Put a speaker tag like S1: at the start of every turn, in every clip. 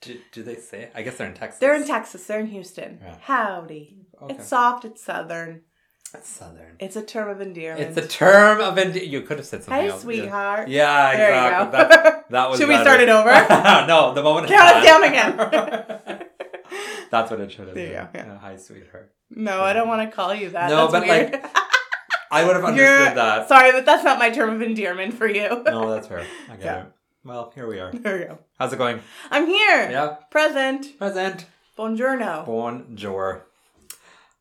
S1: Do, do they say it? I guess they're in Texas.
S2: They're in Texas, they're in Houston.
S1: Yeah.
S2: Howdy.
S1: Okay.
S2: It's soft, it's southern.
S1: That's Southern.
S2: It's a term of endearment.
S1: It's a term of. Ind- you could have said something
S2: Hey,
S1: else.
S2: sweetheart.
S1: Yeah,
S2: There you
S1: exactly.
S2: go.
S1: That, that was
S2: Should we
S1: better.
S2: start it over?
S1: no, the moment.
S2: Count us
S1: it's
S2: down
S1: done.
S2: again.
S1: That's what it should have
S2: There
S1: been.
S2: you go, yeah.
S1: hi, sweetheart.
S2: no, I don't want to call you that.
S1: No,
S2: That's
S1: but,
S2: weird.
S1: I would have understood
S2: You're-
S1: that.
S2: Sorry, but that's not my term of endearment for you.
S1: No, that's fair. I get
S2: Yeah.
S1: it. Well, here we are.
S2: There we go.
S1: How's it going?
S2: I'm here.
S1: Yeah.
S2: Present.
S1: Present.
S2: Buongiorno.
S1: Bonjour.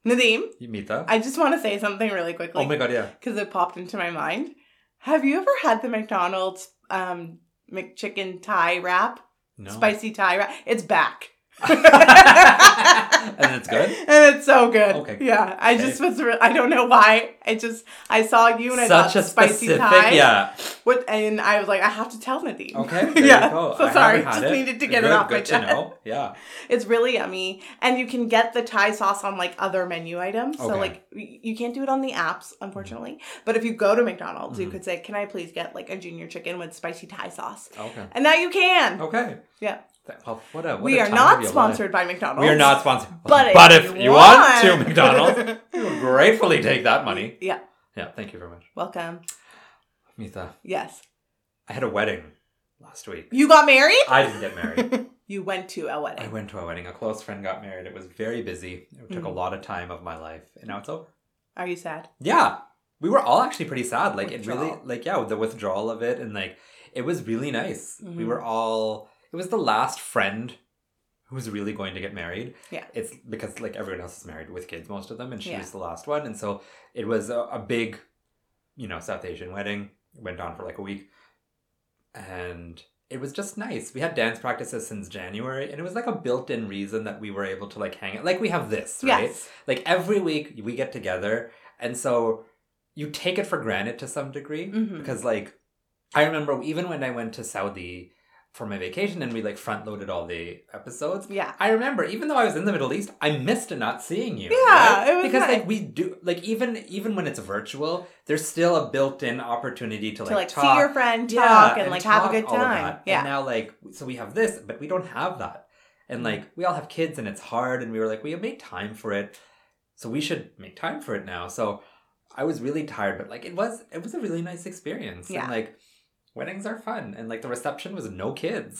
S2: Nadim,
S1: You meet them?
S2: I just want to say something really quickly
S1: oh my god, yeah.
S2: because it popped into my mind. Have you ever had the McDonald's um, McChicken Thai wrap?
S1: No.
S2: Spicy Thai wrap? It's back.
S1: and it's good?
S2: And it's so good.
S1: Okay.
S2: Yeah, I
S1: Okay.
S2: just was. Re- I don't know why. I just I saw you and I
S1: Such
S2: thought
S1: a
S2: spicy
S1: specific,
S2: Thai.
S1: yeah.
S2: What? And I was like, I have to tell Nadim.
S1: Okay, there
S2: yeah.
S1: you go.
S2: So
S1: I
S2: sorry,
S1: haven't had
S2: just
S1: it.
S2: needed to get
S1: good,
S2: it off
S1: good
S2: my
S1: to
S2: chest.
S1: know. Yeah,
S2: It's really yummy, and you can get the Thai sauce on like other menu items. So
S1: Okay. Mm-hmm.
S2: like y- you can't do it on the apps, unfortunately. But if you go to McDonald's, you
S1: Mhm.
S2: could say, "Can I please get like a junior chicken with spicy Thai sauce?"
S1: okay,
S2: And now you can.
S1: okay.
S2: Yeah.
S1: Th- Well, what a, Oh, what
S2: we
S1: a
S2: are
S1: time to
S2: not
S1: be alive.
S2: sponsored by McDonald's.
S1: We are not sponsored.
S2: But,
S1: if, you want to, McDonald's, we will gratefully take that money.
S2: yeah,
S1: Yeah, thank you very much.
S2: welcome.
S1: Mitha,
S2: Yes,
S1: I had a wedding last week.
S2: you got married.
S1: I didn't get married.
S2: You went to a
S1: I
S2: wedding.
S1: went to a wedding. A close friend got married. It was very busy. It took a
S2: Mhm.
S1: lot of time of my life, and now it's over.
S2: Are you sad?
S1: Yeah, we were all actually pretty sad. Like it really,
S2: Withdrawal.
S1: like yeah, the withdrawal of it, and like it was really nice.
S2: Mhm.
S1: We were all. It was the last friend who was really going to get married.
S2: Yeah.
S1: it's because like everyone else is married with kids, most of them, and she
S2: Yeah.
S1: was the last one, and so it was a, a big, you know, South Asian wedding. It went on for like a week, and. It was just nice. We had dance practices since January, and it was like a built-in reason that we were able to like hang out. Like we have this, right?
S2: Yes.
S1: like every week we get together and so you take it for granted to some degree
S2: Mhm.
S1: because like i remember even when i went to saudi for my vacation and we like front loaded all the episodes
S2: Yeah.
S1: i remember even though i was in the middle east i missed not seeing you
S2: Yeah, it was
S1: because
S2: nice.
S1: like we do like even even when it's virtual there's still a built-in opportunity to like,
S2: to like
S1: talk
S2: see your friend, talk, and, like have a
S1: talk,
S2: good
S1: all of
S2: time.
S1: that. And
S2: Yeah.
S1: now like so we have this, but we don't have that.
S2: Mm-hmm.
S1: And like we all have kids and it's hard and we were like, we have made time for it. So we should make time for it now. So I was really tired, but like it was it was a really nice experience.
S2: Yeah.
S1: And like weddings are fun. And like the reception was no kids.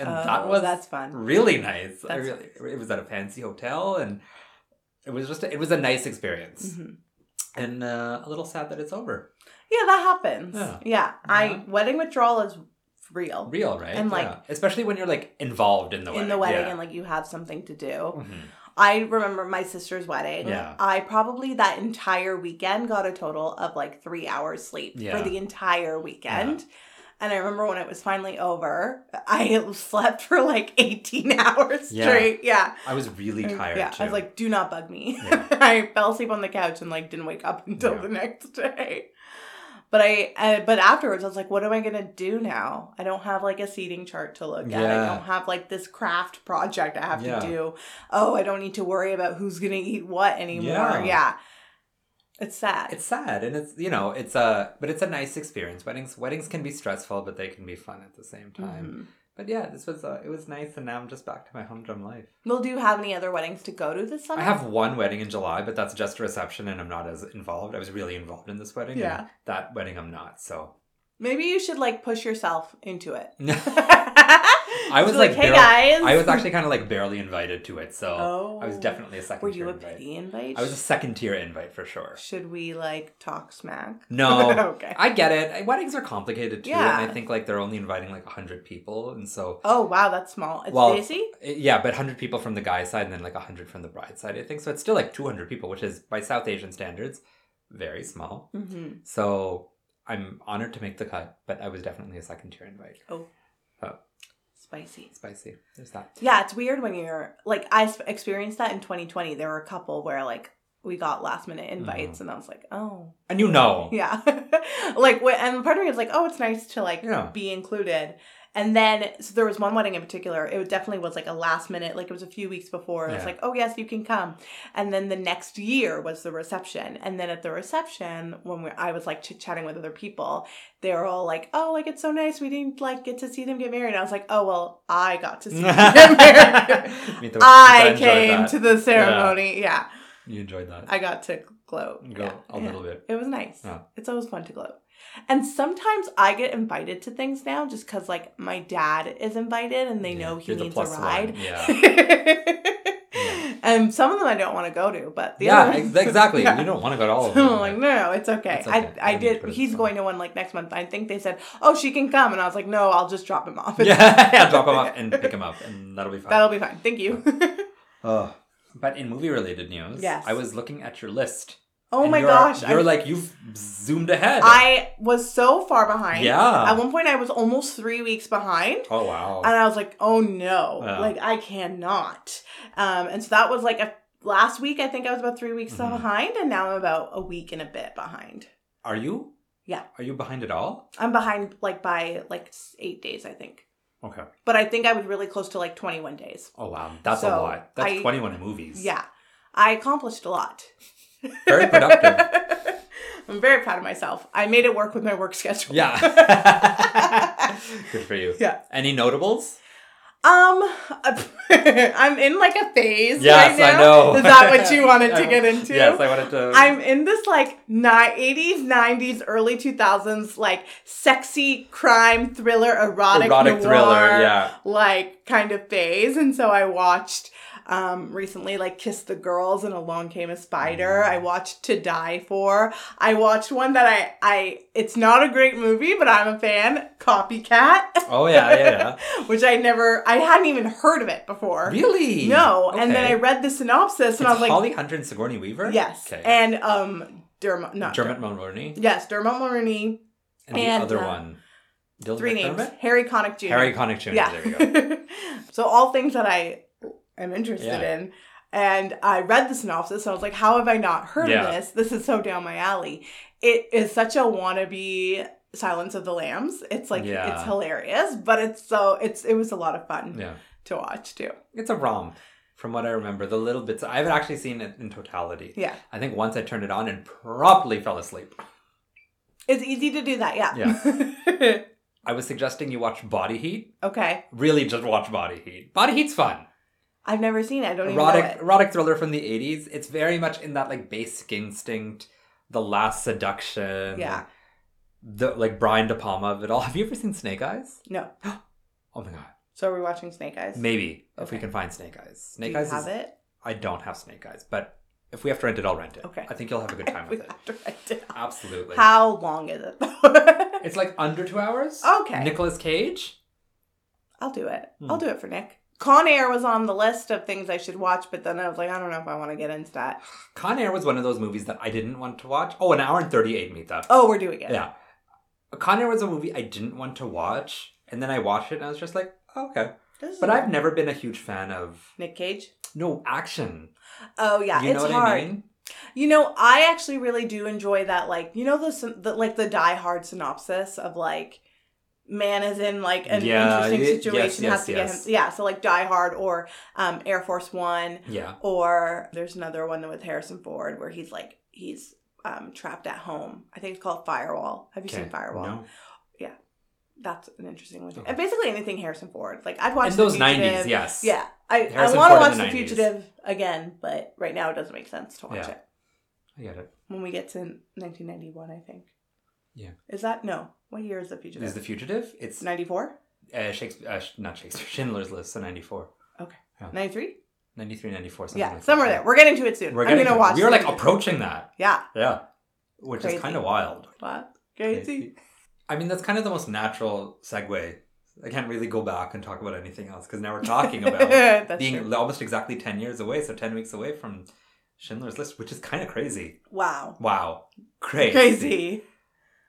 S1: And
S2: Oh,
S1: that was
S2: that's fun.
S1: really nice. I
S2: That's
S1: really it was at a fancy hotel and it was just a, it was a nice experience.
S2: Mhm.
S1: And uh, a little sad that it's over.
S2: Yeah, that happens. Yeah.
S1: Yeah.
S2: I
S1: Yeah.
S2: wedding withdrawal is real
S1: real, right?
S2: And, like-
S1: Yeah. especially when you're like involved in the wedding.
S2: in the wedding
S1: yeah.
S2: and like you have something to do.
S1: Mhm.
S2: I remember my sister's wedding.
S1: Yeah.
S2: I probably that entire weekend got a total of like 3 hours sleep
S1: Yeah.
S2: for the entire weekend. And I remember when it was finally over, I slept for like 18 hours
S1: Yeah.
S2: straight. Yeah.
S1: I was really tired.
S2: yeah. I was
S1: too.
S2: like, do not bug me.
S1: Yeah.
S2: I fell asleep on the couch and like didn't wake up until
S1: Yeah.
S2: the next day. But I, uh, but afterwards, I was like, what am I gonna do now? I don't have like a seating chart to look at. I
S1: Yeah.
S2: don't have like this craft project I have
S1: Yeah.
S2: to do. Oh, I don't need to worry about who's gonna eat what anymore. Yeah,
S1: Yeah.
S2: it's sad.
S1: it's sad, and it's you know, it's a but it's a nice experience. Weddings weddings can be stressful, but they can be fun at the same time.
S2: Mhm.
S1: But yeah, this was uh, it was nice, and now I'm just back to my humdrum life.
S2: Well, do you have any other weddings to go to this summer?
S1: I have one wedding in July, but that's just a reception, and I'm not as involved. I was really involved in this wedding.
S2: Yeah.
S1: and that wedding I'm not. So
S2: Maybe you should like push yourself into it.
S1: I was,
S2: Just
S1: like,
S2: hey
S1: barely-
S2: guys.
S1: I was actually kind of like barely invited to it. So
S2: Oh,
S1: I was definitely a second.
S2: Were
S1: tier
S2: you a
S1: invite.
S2: pity invite?
S1: I was a second tier invite for sure.
S2: Should we like talk smack?
S1: No,
S2: okay.
S1: I get it. Weddings are complicated too, and
S2: Yeah.
S1: I think like they're only inviting like hundred people, and so
S2: Oh wow, that's small. It's
S1: Well,
S2: Daisy.
S1: yeah, but hundred people from the guy's side, and then like hundred from the bride's side. I think so. It's still like two hundred people, which is by South Asian standards, very small.
S2: Mm-hmm.
S1: So I'm honored to make the cut, but I was definitely a second tier invite.
S2: Oh.
S1: Oh.
S2: Spicy.
S1: Spicy. There's that.
S2: Yeah, it's weird when you're like I s- experienced that in 2020. There were a couple where like we got last minute
S1: Mm.
S2: invites, and I was like, oh,
S1: And you know.
S2: yeah, like wh- and part of me was like, oh, it's nice to like
S1: Yeah.
S2: be included. And then so there was one wedding in particular. It definitely was like a last minute, like it was a few weeks before. It was
S1: Yeah.
S2: like, oh yes, you can come. And then the next year was the reception. And then at the reception, when we, I was like chit chatting with other people, they were all like, oh, like it's so nice. We didn't like get to see them get married. I was like, oh well, I got to see them get married.
S1: Me too. So
S2: I
S1: enjoyed
S2: came
S1: that.
S2: to the ceremony. Yeah.
S1: You enjoyed that.
S2: I got to gloat.
S1: Go
S2: yeah.
S1: a
S2: yeah.
S1: little bit.
S2: It was nice.
S1: Yeah.
S2: It's always fun to gloat. And sometimes I get invited to things now just because, like, my dad is invited and they
S1: Yeah.
S2: know he
S1: You're the
S2: needs a
S1: plus one.
S2: ride.
S1: Yeah. Yeah.
S2: and some of them I don't want to go to, but the
S1: yeah,
S2: other
S1: ex- exactly.
S2: Yeah. Oh
S1: You don't want to go to all of them.
S2: So I'm like, no, no, it's okay.
S1: It's okay.
S2: I, I
S1: I need to
S2: did.
S1: put it
S2: He's
S1: aside.
S2: going to one like next month. I think they said, oh, she can come. And I was like, no, I'll just drop him off. It's-
S1: yeah, yeah, drop him off and pick him up, and that'll be fine.
S2: That'll be fine. Thank you.
S1: Ugh. But in movie related news,
S2: Yes.
S1: I was looking at your list.
S2: oh
S1: and
S2: my
S1: you're-
S2: gosh.
S1: You're
S2: I,
S1: like, you've zoomed ahead.
S2: I was so far behind.
S1: Yeah.
S2: At one point, I was almost three weeks behind.
S1: oh, wow.
S2: And I was like, oh no,
S1: Yeah.
S2: like I cannot. Um, and so that was like a last week. I think I was about three weeks
S1: Mhm.
S2: behind, and now I'm about a week and a bit behind.
S1: Are you?
S2: Yeah.
S1: Are you behind at all?
S2: I'm behind like by like s- eight days, I think.
S1: Okay.
S2: But I think I was really close to like 21 days.
S1: Oh, wow. That's a
S2: So,
S1: lot. That's
S2: I-
S1: 21 movies.
S2: Yeah, I accomplished a lot.
S1: Very productive.
S2: I'm very proud of myself. I made it work with my work schedule.
S1: yeah. Good for you.
S2: Yeah.
S1: Any notables?
S2: Um, I'm in like a phase
S1: Yes,
S2: right now.
S1: I know.
S2: Is that what you wanted to
S1: I-
S2: get into?
S1: Yes, I wanted to.
S2: I'm in this like ni- 80s, 90s, early 2000s, like sexy crime thriller, erotic,
S1: erotic
S2: noir,
S1: thriller. Yeah.
S2: like kind of phase. And so I watched um, recently like Kiss the Girls and Along Came a Spider.
S1: Mm.
S2: I watched To Die For. I watched one that I, I, it's not a great movie, but I'm a fan, Copycat,
S1: Oh yeah, yeah,
S2: which I never, I hadn't even heard of it before.
S1: yeah. Really?
S2: No. And then I
S1: Okay.
S2: read the synopsis and I
S1: It's
S2: was like,
S1: Holly Hunter and Sigourney Weaver.
S2: Yes.
S1: Okay.
S2: And um Dermot not
S1: Dermot Mulroney
S2: Dermot. Yes, Dermot Mulroney.
S1: and,
S2: and,
S1: the other
S2: uh,
S1: one. Dylan
S2: Three names.
S1: McDermott?
S2: Harry Connick Jr.
S1: Harry Connick Jr.
S2: Yeah.
S1: There we go.
S2: so all things that I am interested
S1: Yeah.
S2: in. And I read the synopsis and I was like, how have I not heard
S1: Yeah.
S2: of this? This is so down my alley. It is such a wannabe Silence of the Lambs. It's like
S1: Yeah.
S2: it's hilarious, but it's so it's it was a lot of fun
S1: Yeah.
S2: to watch too.
S1: It's a rom, from what I remember. The little bits I haven't actually seen it in totality.
S2: Yeah.
S1: I think once I turned it on and promptly fell asleep.
S2: It's easy to do that, yeah.
S1: I was suggesting you watch Body Heat.
S2: okay.
S1: Really, just watch Body Heat. Body Heat's fun.
S2: I've never seen it. I don't even know
S1: erotic
S2: it.
S1: erotic thriller from the 80s it's very much in that like basic instinct the last seduction
S2: Yeah.
S1: the like brian de palma of it all have you ever seen snake eyes
S2: No.
S1: oh my god
S2: So are we watching Snake Eyes?
S1: maybe if we
S2: Okay.
S1: can find snake eyes snake
S2: Do you
S1: eyes
S2: have
S1: is-
S2: it?
S1: i don't have snake eyes but if we have to rent it i'll rent it
S2: Okay.
S1: i think you'll have a good time
S2: We
S1: with it
S2: have to write it down.
S1: absolutely
S2: How long is it? though?
S1: it's like under two hours
S2: Okay.
S1: nicholas cage
S2: I'll do it.
S1: Hmm.
S2: I'll do it for Nick. Con Air was on the list of things I should watch, but then I was like, I don't know if I want to get into that.
S1: con air was one of those movies that i didn't want to watch oh an hour and 38 mita
S2: Oh, we're doing it.
S1: Yeah. Con Air was a movie I didn't want to watch, and then I watched it and I was just like, oh, okay.
S2: This is
S1: But I've never been a huge fan of
S2: Nick Cage.
S1: no action.
S2: Oh yeah,
S1: you
S2: it's
S1: know what
S2: hard.
S1: I mean?
S2: You know, I actually really do enjoy that. Like, you know, the, syn- the like the Die Hard synopsis of like man is in like an
S1: Yeah, y-
S2: interesting
S1: yes,
S2: situation
S1: yes,
S2: has to
S1: yes.
S2: get him. Yeah, so like Die Hard or um, Air Force One.
S1: Yeah.
S2: Or there's another one with Harrison Ford where he's like he's um, trapped at home. I think it's called Firewall. Have you
S1: Okay.
S2: seen Firewall?
S1: No.
S2: That's an interesting one. too.
S1: Okay.
S2: And basically anything Harrison Ford. Like I'd watch
S1: In
S2: The
S1: those
S2: Fugitive.
S1: nineties, yes.
S2: Yeah, I, I
S1: Harrison
S2: want to
S1: Ford
S2: watch
S1: in the
S2: The
S1: 90s.
S2: Fugitive again, but right now it doesn't make sense to watch
S1: Yeah.
S2: it
S1: I get it.
S2: when we get to 1991. I think.
S1: Yeah.
S2: Is that no? What year is The Fugitive?
S1: Is the fugitive? It's
S2: 94,
S1: uh, Shakespeare, uh, sh- not Shakespeare. Schindler's List, so 94.
S2: 93?
S1: 93, 94, something
S2: Yeah,
S1: like
S2: somewhere
S1: that.
S2: there. We're getting to it soon.
S1: We're
S2: I'm
S1: getting
S2: gonna
S1: to-
S2: watch.
S1: We are
S2: The
S1: like
S2: Fugitive.
S1: approaching that.
S2: Yeah.
S1: Yeah. Which
S2: Crazy.
S1: is kind of wild.
S2: What? Crazy.
S1: I mean, that's kind of the most natural segue. I can't really go back and talk about anything else because now we're talking about
S2: That's
S1: being
S2: true.
S1: almost exactly 10 years away, so 10 weeks away from Schindler's List, which is kind of crazy.
S2: wow.
S1: Wow. Crazy.
S2: Crazy.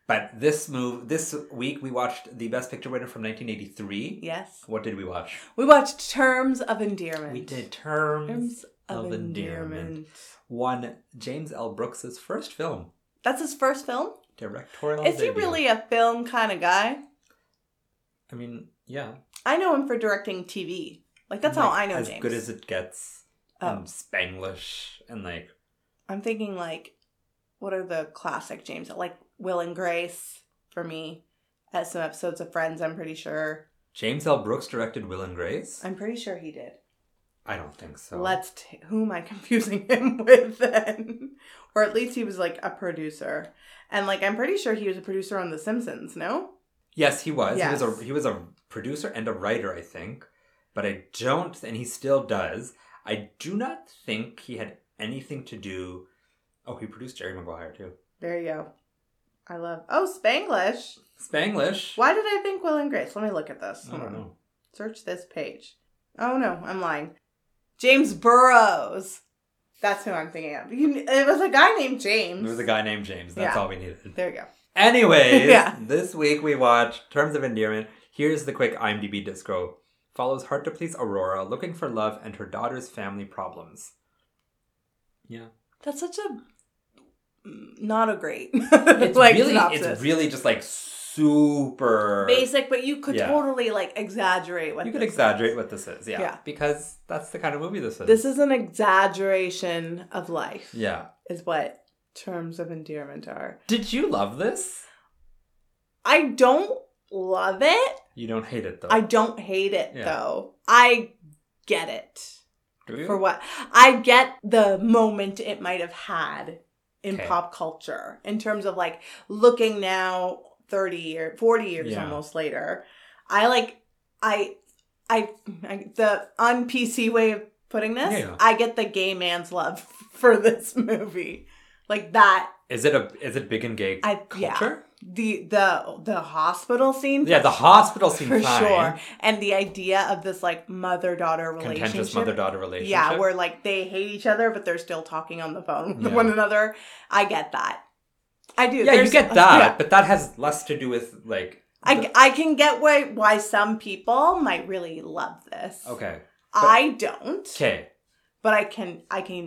S1: But this move, this week we watched the Best Picture winner from 1983.
S2: Yes.
S1: What did we watch?
S2: We watched Terms of Endearment.
S1: We did Terms,
S2: Terms of,
S1: of
S2: endearment.
S1: Endearment. One, James L. Brooks's first film,
S2: That's his first film?
S1: directorial
S2: Is he
S1: debut.
S2: really a film kind of guy?
S1: I mean, yeah.
S2: I know him for directing TV. Like that's how
S1: Like,
S2: I know
S1: As
S2: James.
S1: good as it gets.
S2: Oh.
S1: And Spanglish and like
S2: I'm thinking like, what are the classic James? Like Will and Grace for me. As some episodes of Friends, I'm pretty sure.
S1: James L. Brooks directed Will and Grace.
S2: I'm pretty sure he did.
S1: I don't think so.
S2: Let's. T- who am I confusing him with then? or at least he was like a producer, and like I'm pretty sure he was a producer on The Simpsons. No.
S1: Yes, he was. He
S2: Yes.
S1: was a he was a producer and a writer, I think. But I don't, and he still does. I do not think he had anything to do. Oh, he produced Jerry Maguire too.
S2: There you go. I love. Oh, Spanglish.
S1: Spanglish.
S2: Why did I think Will and Grace? Let me look at this.
S1: I
S2: Hold
S1: don't
S2: on.
S1: know.
S2: Search this page. Oh no, I'm lying. James Burrows. That's who I'm thinking of. You, it was a guy named James.
S1: There was a guy named James. That's
S2: Yeah.
S1: all we needed.
S2: There you go.
S1: Anyways,
S2: Yeah.
S1: this week we watched Terms of Endearment. Here's the quick IMDb disco. Follows hard to please Aurora looking for love and her daughter's family problems. Yeah.
S2: That's such a not a great
S1: It's
S2: like
S1: really
S2: synopsis.
S1: it's really just like super
S2: basic, but you could
S1: Yeah.
S2: totally like exaggerate what
S1: you could
S2: this
S1: exaggerate
S2: is.
S1: what this is, yeah.
S2: Yeah.
S1: Because that's the kind of movie this is.
S2: This is an exaggeration of life.
S1: Yeah.
S2: is what terms of endearment are.
S1: Did you love this?
S2: I don't love it.
S1: You don't hate it though.
S2: I don't hate it
S1: Yeah.
S2: though. I get it.
S1: do you?
S2: for what I get the moment it might have had in
S1: Okay.
S2: pop culture in terms of like looking now 30 or 40 years
S1: Yeah.
S2: almost later I like I I, I the un PC way of putting this
S1: Yeah.
S2: I get the gay man's love for this movie like that
S1: Is it a is it big and gay
S2: I yeah
S1: culture?
S2: the the the hospital scene
S1: Yeah, the hospital scene
S2: for
S1: fine.
S2: sure and the idea of this like mother daughter
S1: Contentious
S2: relationship
S1: mother daughter relationship.
S2: yeah, where like they hate each other, but they're still talking on the phone with
S1: Yeah.
S2: one another. I get that. I do.
S1: yeah, you
S2: There's-
S1: get that,
S2: yeah.
S1: but that has less to do with like.
S2: I,
S1: the-
S2: I can get why why some people might really love this.
S1: okay.
S2: I don't,
S1: Okay.
S2: but I can I can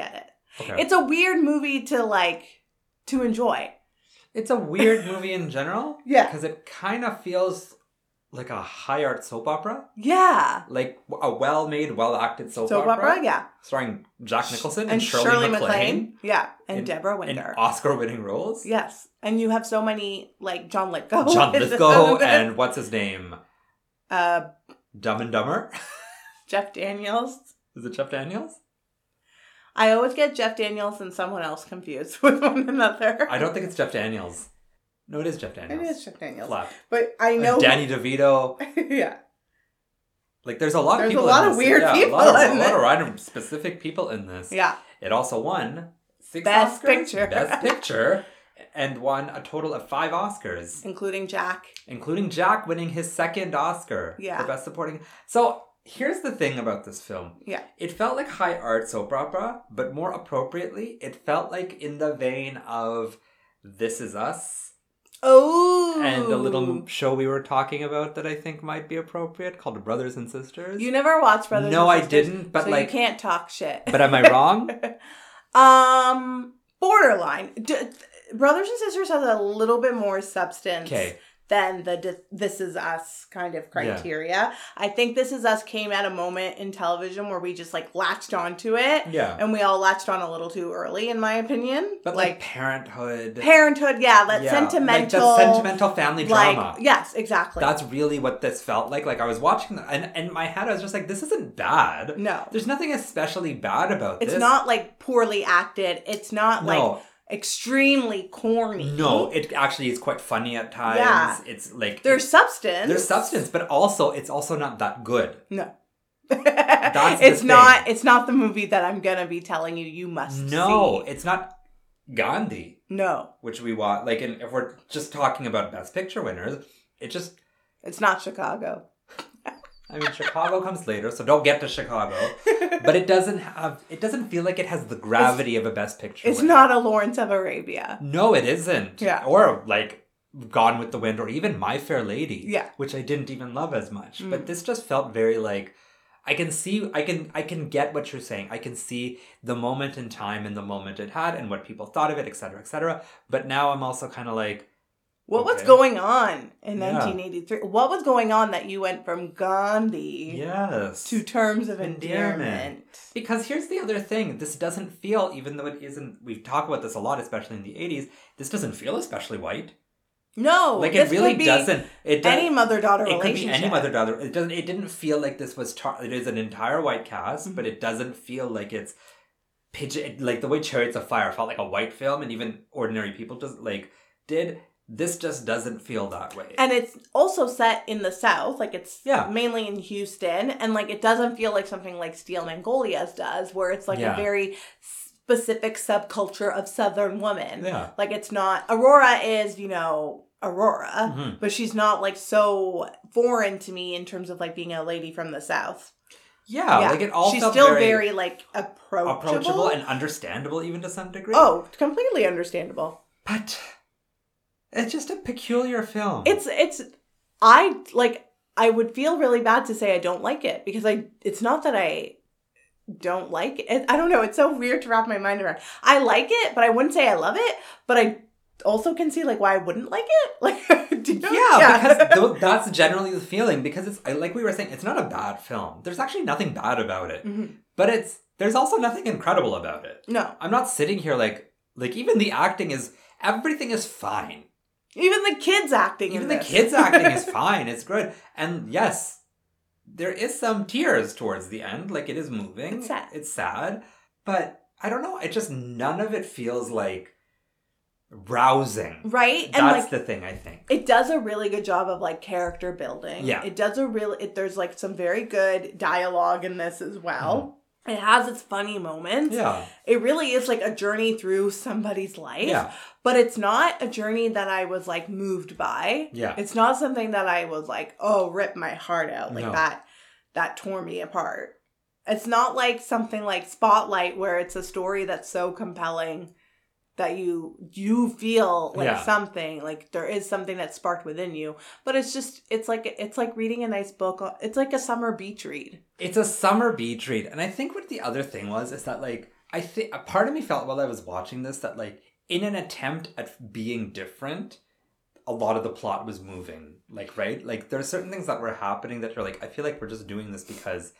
S2: get it.
S1: Okay. It's,
S2: It's a weird movie to like to enjoy.
S1: a weird movie in general
S2: Yeah.
S1: because it kind of feels like a high art soap opera,
S2: Yeah.
S1: like a well made, well acted soap,
S2: So
S1: opera,
S2: Barbara, yeah.
S1: starring Jack Nicholson and,
S2: And
S1: Shirley, MacLaine
S2: MacLaine. Yeah. And,
S1: And-
S2: Deborah
S1: in
S2: Winder.
S1: Oscar winning roles.
S2: yes. And you have so many like John Lithgow.
S1: John
S2: is in
S1: Lithgow
S2: this.
S1: and what's his name?
S2: uh
S1: Dumb and Dumber.
S2: Jeff Daniels.
S1: Is it Jeff Daniels?
S2: I always get Jeff Daniels and someone else confused with one another.
S1: I don't think it's Jeff Daniels. No, it is Jeff
S2: It
S1: Daniels.
S2: is Jeff Daniels,
S1: Flop.
S2: but I know.
S1: Danny DeVito.
S2: yeah,
S1: Like there's a lot
S2: There's
S1: of people.
S2: a lot
S1: in
S2: of
S1: this.
S2: weird
S1: yeah,
S2: people
S1: A lot of,
S2: in
S1: a lot
S2: this.
S1: of random specific people in this.
S2: yeah.
S1: It also won six
S2: Best
S1: Oscars?
S2: Picture.
S1: Best Picture, and won a total of five Oscars,
S2: Including Jack.
S1: including Jack winning his second Oscar
S2: Yeah.
S1: for Best Supporting. So here's the thing about this film.
S2: Yeah.
S1: It felt like high art soap opera, but more appropriately, it felt like in the vein of This Is Us.
S2: Oh.
S1: And the little show we were talking about that I think might be appropriate called Brothers and Sisters.
S2: You never watched Brothers.
S1: no,
S2: and
S1: I
S2: Sisters,
S1: didn't, but
S2: so
S1: like
S2: you can't talk shit.
S1: But am I wrong?
S2: um, borderline. D- Brothers and Sisters has a little bit more substance.
S1: Okay.
S2: than the di- this is us kind of criteria. I think this is us came at a moment in television where we just like latched onto it
S1: Yeah.
S2: and we all latched on a little too early in my opinion.
S1: But like, parenthood.
S2: parenthood, yeah, that
S1: yeah,
S2: sentimental
S1: Like the sentimental family
S2: like,
S1: drama.
S2: yes, exactly.
S1: That's really what this felt like. Like I was watching that and in my head I was just like, this isn't bad.
S2: no.
S1: There's nothing especially bad about
S2: It's
S1: this.
S2: not like poorly acted. It's not like
S1: no,
S2: extremely corny.
S1: no, it actually is quite funny at times.
S2: Yeah.
S1: It's like
S2: There's substance.
S1: there's substance, but also it's also not that good.
S2: That's
S1: the
S2: it's not
S1: thing.
S2: it's not the movie that I'm gonna be telling you you must
S1: No,
S2: see.
S1: it's not Gandhi.
S2: No.
S1: which we want. Like, and if we're just talking about Best Picture winners, it just
S2: It's not Chicago.
S1: I mean, Chicago comes later, so don't get to Chicago. But it doesn't have. It doesn't feel like it has the gravity of a Best Picture.
S2: it's
S1: winner.
S2: not a Lawrence of Arabia.
S1: No, it isn't.
S2: Yeah.
S1: Or like Gone with the Wind, or even My Fair Lady.
S2: Yeah.
S1: Which I didn't even love as much.
S2: Mm.
S1: But this just felt very like. I can see. I can. I can get what you're saying. I can see the moment in time and the moment it had and what people thought of it, et cetera, et cetera. But now I'm also kind of like,
S2: What was
S1: Okay.
S2: going on in
S1: Yeah.
S2: 1983? What was going on that you went from Gandhi
S1: yes.
S2: to terms of
S1: Endearment.
S2: endearment?
S1: Because here's the other thing this doesn't feel, even though it isn't, we talk about this a lot, especially in the 80s, this doesn't feel especially white.
S2: No,
S1: like,
S2: Oh, this
S1: it really
S2: could be
S1: doesn't. It does,
S2: Any mother daughter
S1: It could be
S2: relationship.
S1: any mother daughter. It doesn't. It didn't feel like this was. Tar- it is an entire white cast,
S2: Mm-hmm.
S1: but it doesn't feel like it's pigeon. Like the way *Chariots of Fire* felt like a white film, and even ordinary people just like did. This just doesn't feel that way.
S2: And it's also set in the South, like it's
S1: Yeah.
S2: mainly in Houston, and like it doesn't feel like something like Steel Magnolias does, where it's like
S1: Yeah.
S2: a very specific subculture of Southern women.
S1: yeah.
S2: Like it's not Aurora is, you know, Aurora,
S1: Mhm.
S2: but she's not like so foreign to me in terms of like being a lady from the South.
S1: yeah, Oh, Like it all.
S2: she's
S1: felt
S2: still
S1: very,
S2: very, like approachable.
S1: approachable and understandable, even to some degree.
S2: oh, completely understandable.
S1: but it's just a peculiar film.
S2: It's it's I like I would feel really bad to say I don't like it because I it's not that I don't like it. I don't know, it's so weird to wrap my mind around. I like it, but I wouldn't say I love it, but I also can see like why I wouldn't like it. Like do you know?
S1: yeah, because th- that's generally the feeling. Because it's I- like we were saying, it's not a bad film. There's actually nothing bad about it.
S2: Mhm.
S1: but it's there's also nothing incredible about it.
S2: No.
S1: I'm not sitting here like like even the acting is everything is fine.
S2: Even the kids acting
S1: Even
S2: in
S1: the
S2: this.
S1: kids acting is fine. It's good. And yes, there is some tears towards the end. Like it is moving.
S2: It's sad.
S1: It's sad. But I don't know. It just none of it feels like rousing.
S2: right? And
S1: That's
S2: like
S1: the thing I think.
S2: it does a really good job of like character building.
S1: Yeah.
S2: It does a real it there's like some very good dialogue in this as well.
S1: Mm-hmm.
S2: It has its funny moments.
S1: Yeah.
S2: It really is like a journey through somebody's life.
S1: Yeah.
S2: But it's not a journey that I was like moved by.
S1: Yeah.
S2: It's not something that I was like, oh, rip my heart out. Like
S1: No.
S2: that that tore me apart. It's not like something like Spotlight where it's a story that's so compelling that you you feel like
S1: Yeah.
S2: something like there is something that's sparked within you but it's just it's like it's like reading a nice book uh, it's like a summer beach read
S1: It's a summer beach read. And I think what the other thing was is that like I think a part of me felt while I was watching this that like in an attempt at being different, a lot of the plot was moving. Like, right? Like there are certain things that were happening that you're like, I feel like we're just doing this because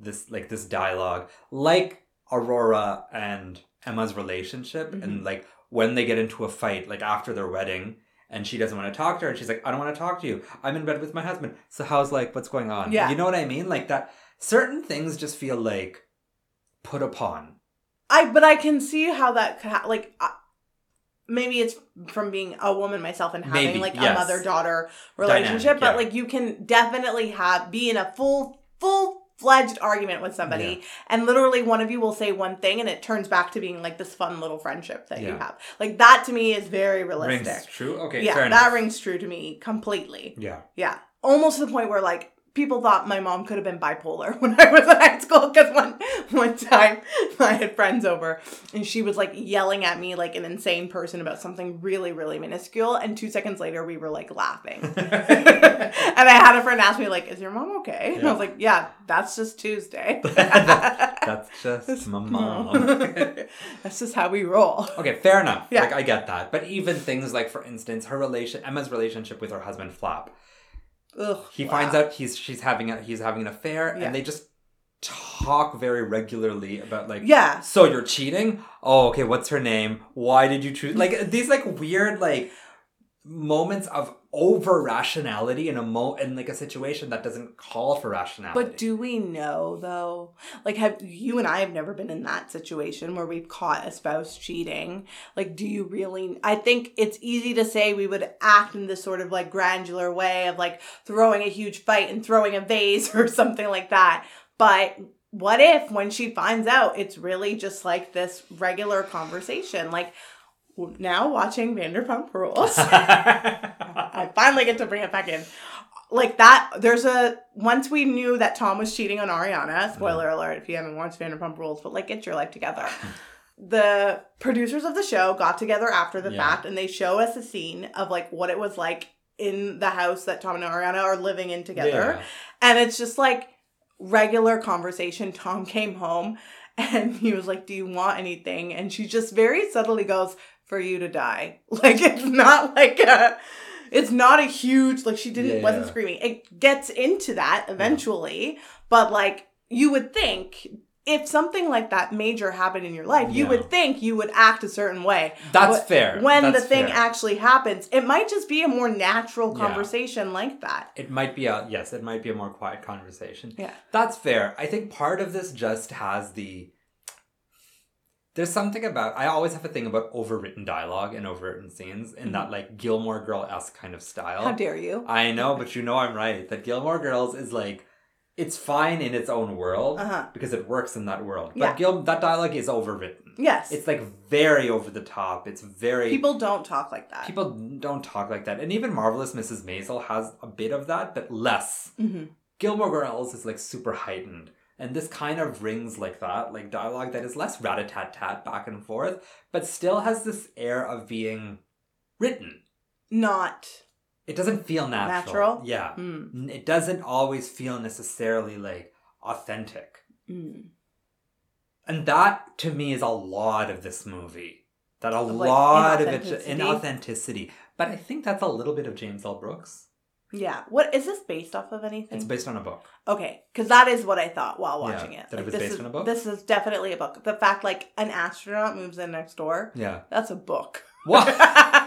S1: this like this dialogue, like Aurora and Emma's relationship
S2: Mm-hmm.
S1: and like when they get into a fight, like after their wedding. And she doesn't want to talk to her. And she's like, I don't want to talk to you. I'm in bed with my husband. So, how's like, what's going on?
S2: Yeah.
S1: You know what I mean? Like, that certain things just feel like put upon.
S2: I but I can see how that could ha- like uh, maybe it's from being a woman myself and having
S1: Maybe,
S2: like a
S1: yes.
S2: mother daughter relationship,
S1: Dynamic,
S2: but
S1: yeah.
S2: like you can definitely have be in a full full fledged argument with somebody and literally one of you will say one thing and it turns back to being like this fun little friendship that you
S1: Yeah.
S2: have. Like that to me is very realistic.
S1: Rings true? Okay,
S2: yeah,
S1: fair
S2: that
S1: enough.
S2: rings true to me completely.
S1: yeah.
S2: Yeah. Almost to the point where like people thought my mom could have been bipolar when I was in high school because one one time I had friends over and she was like yelling at me like an insane person about something really, really minuscule and two seconds later we were like laughing. and I had a friend ask me like, is your mom okay? And I was like, yeah, that's just Tuesday.
S1: That's just my mom.
S2: that's just how we roll.
S1: okay, fair enough.
S2: Yeah.
S1: Like I get that. But even things like for instance, her relation Emma's relationship with her husband Flap.
S2: Ugh,
S1: He
S2: wow.
S1: finds out he's she's having a he's having an affair
S2: Yeah.
S1: and they just talk very regularly about like
S2: Yeah.
S1: so you're cheating? Oh, okay, what's her name? Why did you choose like these like weird like moments of over rationality in a mo in like a situation that doesn't call for rationality.
S2: But do we know though? Like, have you and I have never been in that situation where we've caught a spouse cheating? Like, do you really? I think it's easy to say we would act in this sort of like granular way of like throwing a huge fight and throwing a vase or something like that. But what if when she finds out, it's really just like this regular conversation? Like, w- now watching Vanderpump Rules. I finally get to bring it back in. like that there's a once we knew that Tom was cheating on Ariana, spoiler
S1: Mm-hmm.
S2: alert if you haven't watched Vanderpump Rules, but like get your life together. the producers of the show got together after the
S1: Yeah.
S2: fact and they show us a scene of like what it was like in the house that Tom and Ariana are living in together.
S1: Yeah.
S2: And it's just like regular conversation. Tom came home and he was like, Do you want anything? And she just very subtly goes, For you to die. Like it's not like a it's not a huge like she didn't
S1: Yeah.
S2: wasn't screaming. It gets into that eventually, but like you would think if something like that major happened in your life, you
S1: Yeah.
S2: would think you would act a certain way
S1: That's
S2: Wh-
S1: fair.
S2: when the
S1: That's
S2: thing
S1: fair.
S2: actually happens. It might just be a more natural
S1: Yeah.
S2: conversation like that.
S1: It might be a yes, it might be a more quiet conversation.
S2: Yeah.
S1: That's fair. I think part of this just has the there's something about I always have a thing about overwritten dialogue and overwritten scenes in
S2: Mm-hmm.
S1: that like Gilmore Girl esque kind of style.
S2: How dare you?
S1: I know, but you know I'm right. That Gilmore Girls is like it's fine in its own world
S2: Uh-huh.
S1: because it works in that world. But
S2: Yeah.
S1: Gil that dialogue is overwritten.
S2: Yes.
S1: It's like very over the top. It's very
S2: People don't talk like that.
S1: people don't talk like that. And even Marvelous Mrs. Maisel has a bit of that, but less.
S2: hmm
S1: Gilmore Girls is like super heightened. And this kind of rings like that, like dialogue that is less rat a tat tat back and forth, but still has this air of being written.
S2: Not.
S1: It doesn't feel natural.
S2: Natural?
S1: Yeah.
S2: Mm,
S1: N- It doesn't always feel necessarily like authentic.
S2: mm.
S1: And that to me is a lot of this movie. That a
S2: Of, like,
S1: lot of it
S2: inauthenticity?
S1: inauthenticity. But I think that's a little bit of James L. Brooks.
S2: Yeah. What is this based off of anything?
S1: It's based on a book.
S2: okay, because that is what I thought while watching
S1: Yeah,
S2: it.
S1: that it was
S2: this
S1: based
S2: is,
S1: on a book?
S2: This is definitely a book. The fact like an astronaut moves in next door.
S1: Yeah.
S2: That's a book.
S1: What?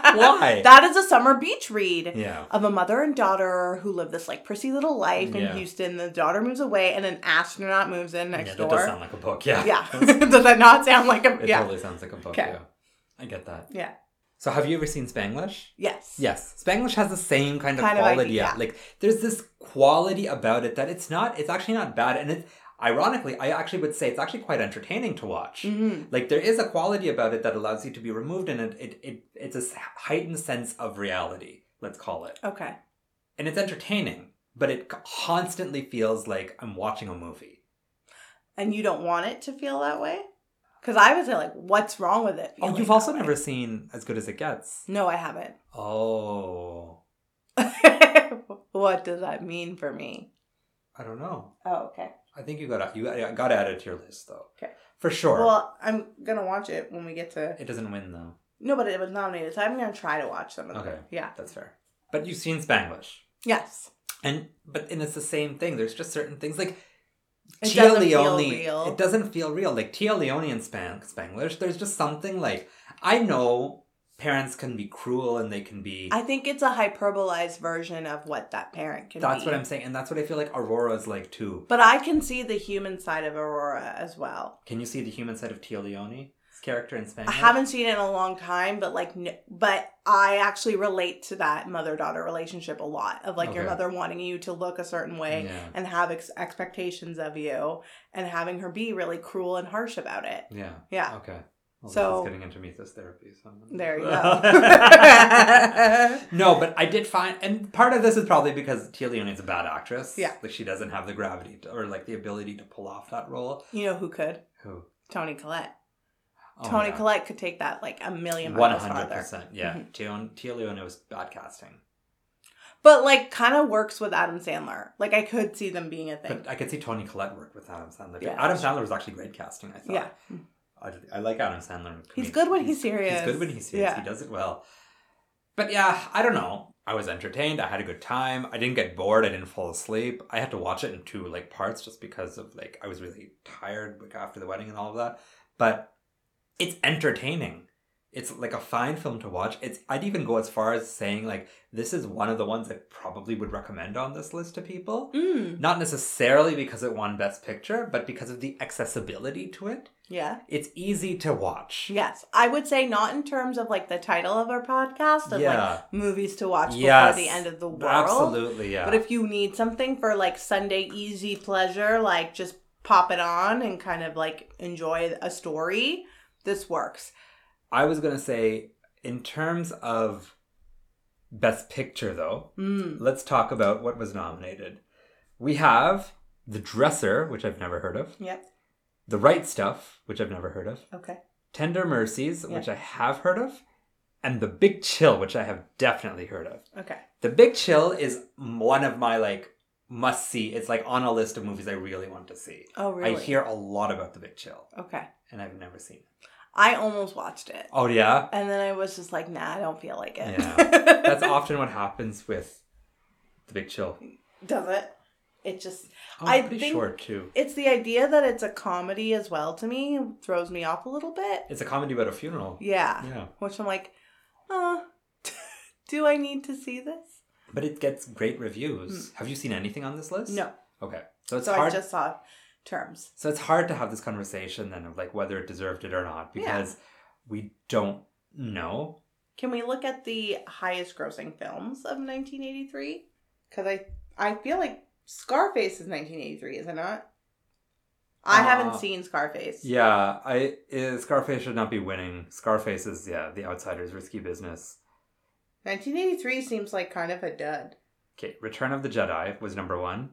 S1: Why?
S2: That is a summer beach read.
S1: yeah.
S2: Of a mother and daughter who live this like prissy little life in
S1: Yeah.
S2: Houston. The daughter moves away, and an astronaut moves in next
S1: yeah, that does
S2: door.
S1: sound like a book. Yeah.
S2: yeah, does that not sound like a
S1: it
S2: yeah?
S1: totally sounds like a book.
S2: Okay.
S1: Yeah. I get that.
S2: Yeah.
S1: So have you ever seen Spanglish?
S2: Yes.
S1: Yes. Spanglish has the same kind of
S2: Kind of
S1: quality.
S2: idea,
S1: yeah.
S2: yeah.
S1: Like there's this quality about it that it's not it's actually not bad and it ironically I actually would say it's actually quite entertaining to watch.
S2: Mhm.
S1: Like there is a quality about it that allows you to be removed and it, it, it it's a s- heightened sense of reality, let's call it.
S2: Okay.
S1: And it's entertaining, but it constantly feels like I'm watching a movie.
S2: and you don't want it to feel that way? Because I would say, like, what's wrong with it?
S1: Oh,
S2: feeling
S1: you've
S2: that
S1: also
S2: way?
S1: never seen As Good as It Gets.
S2: No, I haven't.
S1: Oh,
S2: what does that mean for me?
S1: I don't know.
S2: Oh, okay.
S1: I think you got you got got added to your list though.
S2: Okay.
S1: For sure.
S2: Well, I'm gonna watch it when we get to.
S1: it doesn't win though.
S2: No, but it was nominated, so I'm gonna try to watch some of them.
S1: Okay.
S2: Yeah.
S1: That's fair. But you've seen Spanglish.
S2: Yes.
S1: And but and it's the same thing. There's just certain things like
S2: It
S1: Tia
S2: doesn't feel
S1: Leone.
S2: real.
S1: E It doesn't feel real. Like Tia Leone and Span- Spanglish. There's just something like I know parents can be cruel and they can be.
S2: I think it's a hyperbolized version of what that parent can
S1: that's
S2: be.
S1: what I'm saying, and that's what I feel like Aurora's like too.
S2: But I can see the human side of Aurora as well.
S1: Can you see the human side of Tia Leone's character in Spanglish?
S2: I haven't seen it in a long time, but like, n- but I actually relate to that mother daughter relationship a lot of like your
S1: Okay.
S2: mother wanting you to look a certain way
S1: Yeah.
S2: and have ex- expectations of you and having her be really cruel and harsh about it.
S1: Yeah.
S2: Yeah.
S1: Okay. Well,
S2: So-
S1: this is getting into Misa's therapy. So I'm-
S2: There you go.
S1: no, but I did find, and part of this is probably because Tia Leone is a bad actress.
S2: Yeah.
S1: Like she doesn't have the gravity to, or like the ability to pull off that role.
S2: you know who could?
S1: Who?
S2: Tony Collette.
S1: Oh,
S2: Tony
S1: yeah.
S2: Collette could take that like a million
S1: One
S2: miles
S1: hundred
S2: farther.
S1: percent. Yeah.
S2: Mm-hmm.
S1: Tia, Tia Leone was bad casting,
S2: But like, kind of works with Adam Sandler. Like, I could see them being a thing.
S1: but I could see Tony Collette worked with Adam Sandler. too.
S2: Yeah.
S1: Adam Sandler was actually great casting. I thought.
S2: Yeah.
S1: I, I like Adam Sandler. in
S2: He's
S1: comedic-
S2: good when he's serious.
S1: He's good when he's serious.
S2: Yeah.
S1: He does it well. But yeah, I don't know. I was entertained. I had a good time. I didn't get bored. I didn't fall asleep. I had to watch it in two like parts just because of like I was really tired like, after the wedding and all of that. But it's entertaining. It's like a fine film to watch. It's I'd even go as far as saying like this is one of the ones I probably would recommend on this list to people.
S2: Mm.
S1: Not necessarily because it won Best Picture, but because of the accessibility to it.
S2: Yeah.
S1: It's easy to watch.
S2: Yes, I would say not in terms of like the title of our podcast of
S1: Yeah.
S2: like movies to watch
S1: Yes.
S2: before the end of the world.
S1: Absolutely, yeah.
S2: But if you need something for like Sunday easy pleasure, like just pop it on and kind of like enjoy a story, this works.
S1: I was gonna say, in terms of Best Picture, though,
S2: Mm.
S1: let's talk about what was nominated. We have The Dresser, which I've never heard of,
S2: Yep.
S1: The Right Stuff, which I've never heard of,
S2: Okay.
S1: Tender Mercies, which I have heard of, and The Big Chill, which I have definitely heard of.
S2: Okay.
S1: The Big Chill is m- one of my like must see. It's like on a list of movies I really want to see.
S2: Oh, really?
S1: I hear a lot about The Big Chill,
S2: Okay.
S1: and I've never seen it.
S2: I almost watched it.
S1: Oh yeah,
S2: And then I was just like, nah, I don't feel like it.
S1: Yeah. That's often what happens with the Big Chill.
S2: Does it? It just,
S1: Oh,
S2: I
S1: pretty
S2: think-
S1: short too.
S2: it's the idea that it's a comedy as well to me throws me off a little bit.
S1: It's a comedy about a funeral.
S2: Yeah.
S1: Yeah,
S2: Which I'm like, uh, do I need to see this?
S1: but it gets great reviews. Have you seen anything on this list?
S2: Mm. No.
S1: Okay, so it's
S2: so
S1: hard.
S2: I just saw terms.
S1: So it's hard to have this conversation then of like whether it deserved it or not
S2: Yeah.
S1: because we don't know.
S2: Can we look at the highest grossing films of 1983? Because I, I feel like Scarface is 1983, is it not? I
S1: Uh,
S2: haven't seen Scarface.
S1: Yeah, I uh, Scarface should not be winning. Scarface is yeah the outsiders' risky business.
S2: 1983 seems like kind of a dud.
S1: Okay, Return of the Jedi was number one,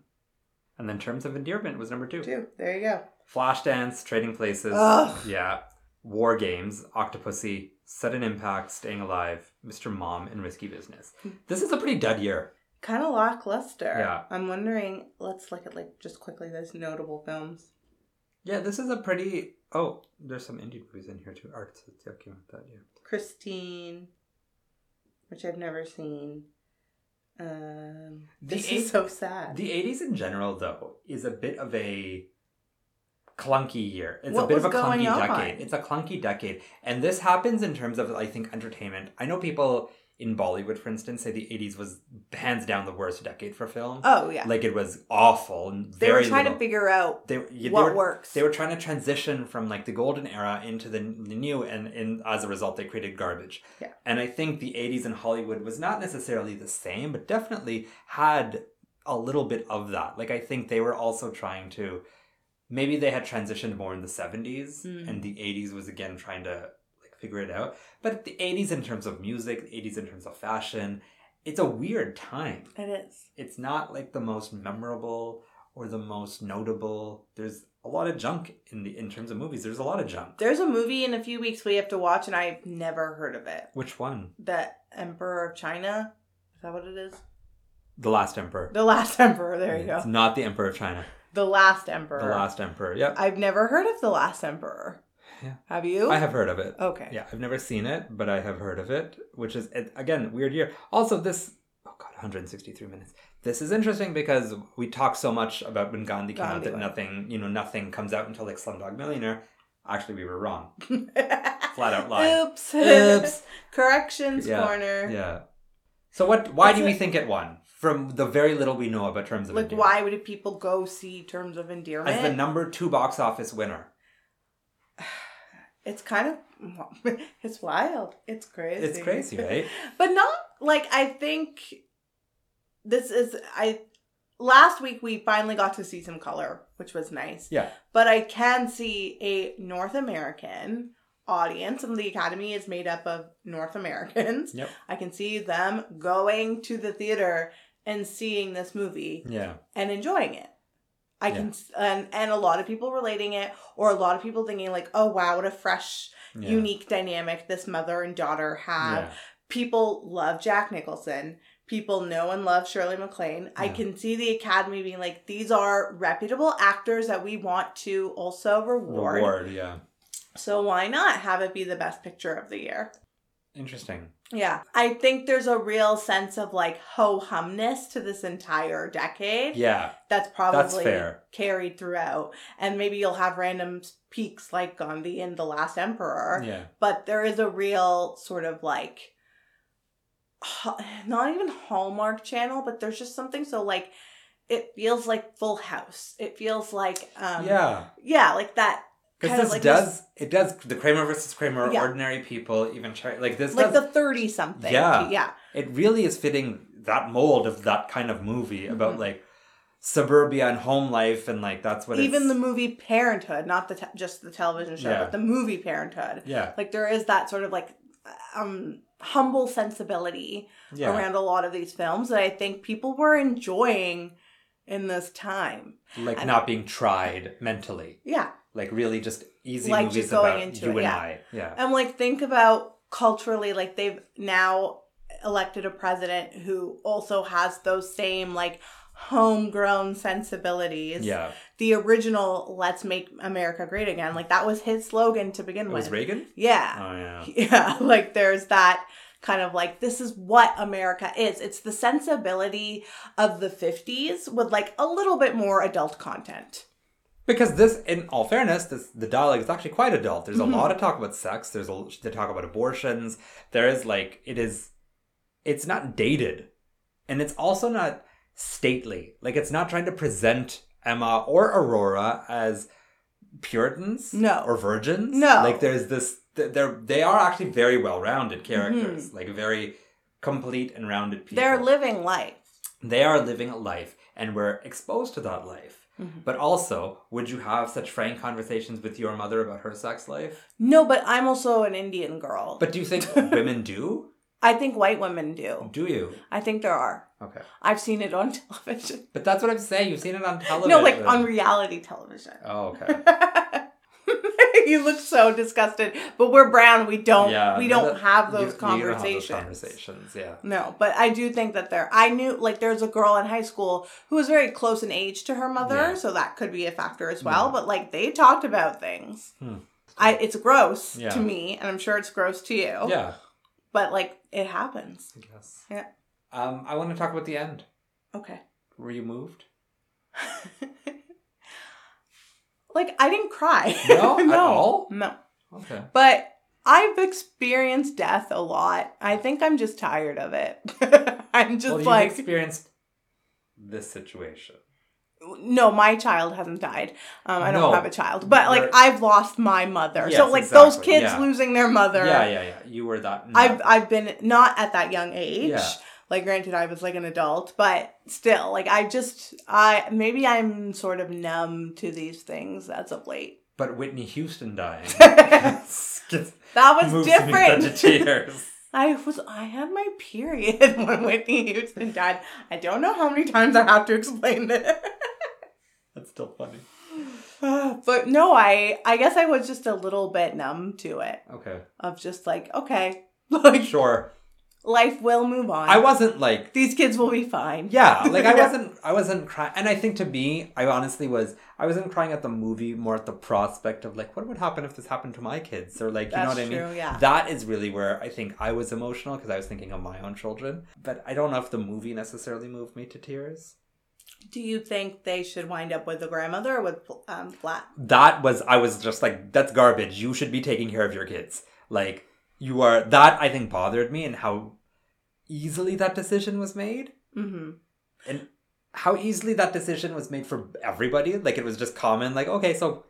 S1: and then Terms of Endearment was number
S2: Too. There you go.
S1: Flashdance, Trading Places,
S2: Ugh.
S1: yeah, War Games, Octopussy, Sudden Impact, Staying Alive, Mr. Mom, and Risky Business. This is a pretty dud year.
S2: Kind of lackluster.
S1: Yeah.
S2: I'm wondering. Let's look at like just quickly those notable films.
S1: Yeah, this is a pretty. Oh, there's some indie movies in here too. Arts that came out that year.
S2: Christine, which I've never seen. Um,
S1: The
S2: this
S1: eight-
S2: is so sad.
S1: The 80s in general, though, is a bit of a clunky year. It's a
S2: What
S1: bit of a
S2: was going
S1: clunky
S2: on?
S1: decade. It's a clunky decade. And this happens in terms of, I think, entertainment. I know people in Bollywood, for instance, say the 80s was hands down the worst decade for film.
S2: oh yeah,
S1: Like it was awful and
S2: they were
S1: very
S2: trying to
S1: little-
S2: figure out
S1: they, were- yeah, they
S2: what
S1: were,
S2: works.
S1: They were trying to transition from like the golden era into the, n- the new, and, and as a result, they created garbage.
S2: Yeah.
S1: And I think the 80s in Hollywood was not necessarily the same, but definitely had a little bit of that. Like, I think they were also trying to, maybe they had transitioned more in the 70s,
S2: Mm.
S1: and the 80s was again trying to like figure it out. But the 80s in terms of music, the 80s in terms of fashion, it's a weird time
S2: it is.
S1: it's not like the most memorable or the most notable. There's a lot of junk in the in terms of movies. There's a lot of junk.
S2: There's a movie in a few weeks we have to watch, and I've never heard of it.
S1: Which one?
S2: The Emperor of China. Is that what it is?
S1: The Last Emperor.
S2: The Last Emperor. There you
S1: It's
S2: go.
S1: not the Emperor of China.
S2: The Last Emperor.
S1: The Last Emperor. Yep.
S2: I've never heard of The Last Emperor.
S1: Yeah.
S2: Have you?
S1: I have heard of it.
S2: Okay.
S1: Yeah, I've never seen it, but I have heard of it, which is it- again weird year. Also, this oh god, 163 minutes. This is interesting because we talk so much about when Gandhi came out
S2: Gandhi
S1: that
S2: went.
S1: nothing, you know, nothing comes out until like Slumdog Millionaire. Actually, we were wrong. Flat out lie.
S2: Oops.
S1: Oops.
S2: Corrections
S1: Yeah,
S2: corner.
S1: Yeah. So what? Why
S2: Is
S1: do we
S2: it-
S1: think it won? From the very little we know about terms of
S2: Like,
S1: endearment.
S2: why would people go see Terms of Endearment?
S1: as the number two box office winner?
S2: it's kind of, it's wild. It's crazy.
S1: It's crazy, right?
S2: But not like I think this is I. Last week we finally got to see some color, which was nice.
S1: Yeah.
S2: But I can see a North American audience, and the Academy is made up of North Americans.
S1: Yep.
S2: I can see them going to the theater and seeing this movie
S1: Yeah.
S2: and enjoying it. I can s and and a lot of people relating it, or a lot of people thinking like, "Oh wow, what a fresh,
S1: yeah.
S2: unique dynamic this mother and daughter have."
S1: Yeah.
S2: People love Jack Nicholson. People know and love Shirley MacLaine. I
S1: Yeah.
S2: can see the Academy being like, "These are reputable actors that we want to also reward."
S1: Reward. Yeah.
S2: So why not have it be the best picture of the year?
S1: Interesting.
S2: Yeah, I think there's a real sense of like ho humness to this entire decade
S1: Yeah.
S2: that's probably
S1: fair.
S2: carried throughout. And maybe you'll have random peaks like Gandhi and The Last Emperor,
S1: Yeah.
S2: but there is a real sort of like ha- not even Hallmark channel, but there's just something so like it feels like Full House. It feels like um
S1: yeah.
S2: yeah, like that
S1: Because
S2: kind of
S1: this
S2: like
S1: does it does the Kramer versus Kramer,
S2: Yeah.
S1: ordinary people, even chari- like this.
S2: like
S1: does,
S2: the 30 something.
S1: Yeah.
S2: Yeah.
S1: it really is fitting that mold of that kind of movie about
S2: Mhm.
S1: like suburbia and home life and like that's what
S2: Even
S1: it's,
S2: the movie Parenthood, not the te- just the television show,
S1: Yeah.
S2: but the movie Parenthood.
S1: yeah
S2: Like there is that sort of like um humble sensibility
S1: Yeah.
S2: around a lot of these films that I think people were enjoying in this time.
S1: like
S2: I-
S1: not being tried mentally.
S2: Yeah.
S1: Like really just easy
S2: Like
S1: movies
S2: just going
S1: about
S2: into
S1: you
S2: it,
S1: and
S2: yeah. Uh,
S1: I. Yeah.
S2: And like think about culturally, like they've now elected a president who also has those same like homegrown sensibilities.
S1: yeah.
S2: The original "Let's Make America Great Again," like that was his slogan to begin
S1: It
S2: with.
S1: was Reagan?
S2: yeah,
S1: Oh yeah.
S2: yeah. Like there's that kind of like this is what America is. It's the sensibility of the '50s with like a little bit more adult content.
S1: Because this, in all fairness, this the dialogue is actually quite adult. There's
S2: Mhm.
S1: a lot of talk about sex. There's a they talk about abortions. There is like it is, it's not dated, and it's also not stately. Like it's not trying to present Emma or Aurora as Puritans,
S2: No.
S1: or virgins.
S2: No.
S1: like there's this. th- They're they are actually very well rounded
S2: Mm-hmm.
S1: characters. Like very complete and rounded people.
S2: They're living life.
S1: they are living a life, and we're exposed to that life.
S2: Mm-hmm.
S1: But also, would you have such frank conversations with your mother about her sex life?
S2: No, but I'm also an Indian girl.
S1: But do you think women do?
S2: I think white women do.
S1: Do you?
S2: I think there are.
S1: Okay.
S2: I've seen it on television.
S1: But that's what I'm saying. You've seen it on television.
S2: No, like on reality television.
S1: Oh, okay.
S2: you look so disgusted. But we're brown. We don't.
S1: Yeah,
S2: we
S1: no,
S2: don't
S1: that-
S2: have
S1: You-
S2: those
S1: you don't have
S2: conversations.
S1: conversations, yeah.
S2: No, but I do think that there. I knew like there's a girl in high school who was very close in age to her mother,
S1: Yeah.
S2: so that could be a factor as well.
S1: Yeah.
S2: But like they talked about things.
S1: Hmm.
S2: I it's gross
S1: Yeah.
S2: to me, and I'm sure it's gross to you.
S1: Yeah,
S2: But like it happens.
S1: I guess.
S2: Oh. Yeah.
S1: Um, I want to talk about the end.
S2: Okay.
S1: Were you moved?
S2: like I didn't cry.
S1: No, at all?
S2: No.
S1: Okay.
S2: But I've experienced death a lot. I think I'm just tired of it. I'm just
S1: well, you
S2: like
S1: experienced this situation.
S2: no, my child hasn't died. Um, I don't
S1: No,
S2: have a child, but like
S1: you're-
S2: I've lost my mother. so
S1: Yes,
S2: like those
S1: exactly,
S2: kids
S1: yeah.
S2: losing their mother.
S1: Yeah, yeah, yeah. You were that.
S2: I've I've been not at that young age.
S1: Yeah.
S2: Like granted I was like an adult, but still like I just I maybe I'm sort of numb to these things as of late.
S1: But Whitney Houston dying.
S2: That
S1: Moves me
S2: was different.
S1: to tears.
S2: I was I had my period when Whitney Houston died. I don't know how many times I have to explain it.
S1: That's still funny.
S2: but no, I I guess I was just a little bit numb to it
S1: Okay.
S2: of just like, okay, like
S1: Sure.
S2: life will move on.
S1: I wasn't like
S2: These kids will be fine.
S1: yeah, like I
S2: Yeah.
S1: wasn't I wasn't crying and I think to me, I honestly was I wasn't crying at the movie, more at the prospect of like what would happen if this happened to my kids or like you know
S2: That's
S1: what I mean?
S2: true, yeah.
S1: That is really where I think I was emotional because I was thinking of my own children. But I don't know if the movie necessarily moved me to tears.
S2: Do you think they should wind up with a grandmother or with um flat?
S1: That was I was just like that's garbage. You should be taking care of your kids. Like you are that I think bothered me and how easily that decision was made.
S2: Mm-hmm.
S1: and how easily that decision was made for everybody. Like it was just common. Like okay, so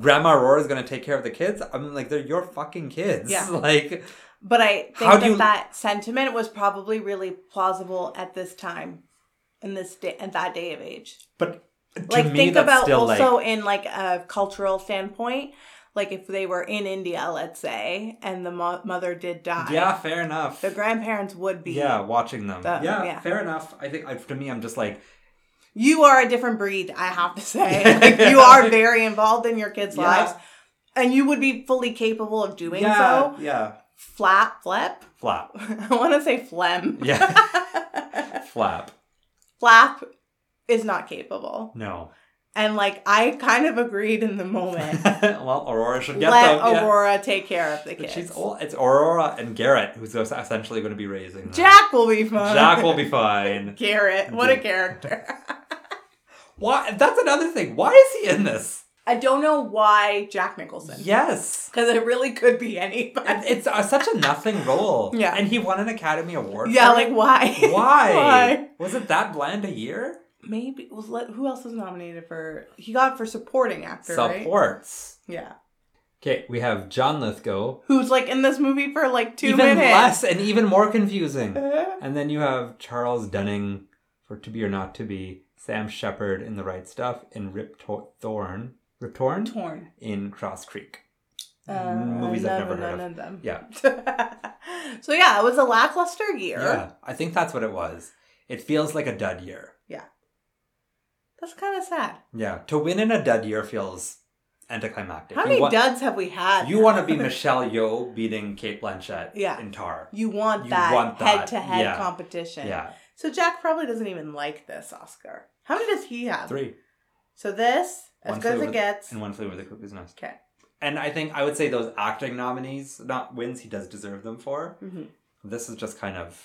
S1: Grandma Aurora is gonna take care of the kids. I'm like, they're your fucking kids.
S2: Yeah.
S1: Like
S2: But I think
S1: How do
S2: that
S1: you-
S2: that sentiment was probably really plausible at this time, in this day, at that day of age.
S1: but to
S2: like
S1: me
S2: think
S1: that's
S2: about
S1: still
S2: also
S1: like
S2: in like a cultural standpoint like if they were in india let's say and the mo- mother did die
S1: Yeah, fair enough.
S2: the grandparents would be
S1: yeah, watching them.
S2: The-
S1: yeah,
S2: yeah.
S1: fair enough. I think I, to me, I'm just like,
S2: you are a different breed i have to say like you are very involved in your kids
S1: Yeah.
S2: lives and you would be fully capable of doing
S1: yeah,
S2: so
S1: yeah,
S2: flap flap
S1: flap,
S2: i want to say phlegm
S1: yeah, flap.
S2: flap is not capable
S1: No.
S2: and like i kind of agreed in the moment
S1: well, Aurora should get
S2: let
S1: them. yeah.
S2: aurora take care of the
S1: But
S2: kids
S1: she's old. It's Aurora and Garrett who's essentially going to be raising them.
S2: jack will be fun
S1: Jack will be fine.
S2: Garrett, what a character.
S1: Why? That's another thing. Why is he in this?
S2: I don't know why Jack Nicholson.
S1: Yes.
S2: Because it really could be
S1: And
S2: anybody.
S1: it's uh, such a nothing role.
S2: Yeah.
S1: And he won an Academy Award.
S2: yeah,
S1: for
S2: like
S1: it.
S2: why?
S1: why?
S2: why?
S1: Was it that bland a year?
S2: Maybe was let, who else was nominated for? He got for supporting actor, right?
S1: Supports.
S2: Yeah,
S1: Okay, we have John Lithgow.
S2: who's like in this movie for like two
S1: even
S2: minutes.
S1: less and even more confusing.
S2: Uh,
S1: And then you have Charles Dunning for To Be or Not To Be, Sam Shepard in The Right Stuff, and Rip Tor- Thorne. Rip Torn?
S2: torn.
S1: In Cross Creek.
S2: Uh,
S1: movies I've
S2: none,
S1: never heard
S2: none
S1: of.
S2: of them.
S1: Yeah.
S2: so yeah, it was a lackluster year.
S1: Yeah, I think that's what it was. It feels like a dud year.
S2: That's kind of sad.
S1: Yeah, to win in a dud year feels anticlimactic.
S2: How
S1: You
S2: many
S1: wa-
S2: duds have we had?
S1: You want to be Michelle Yeoh beating Kate Blanchett
S2: Yeah.
S1: in Tar.
S2: You want
S1: You
S2: that
S1: want that,
S2: head-to-head
S1: yeah.
S2: competition.
S1: Yeah,
S2: So Jack probably doesn't even like this Oscar. How many does he have?
S1: three.
S2: So this, as
S1: One
S2: good as
S1: flew
S2: it
S1: with-
S2: gets.
S1: And one flew with the cuckoo's nest.
S2: Okay.
S1: And I think I would say those acting nominees, not wins, he does deserve them for.
S2: hmm
S1: This is just kind of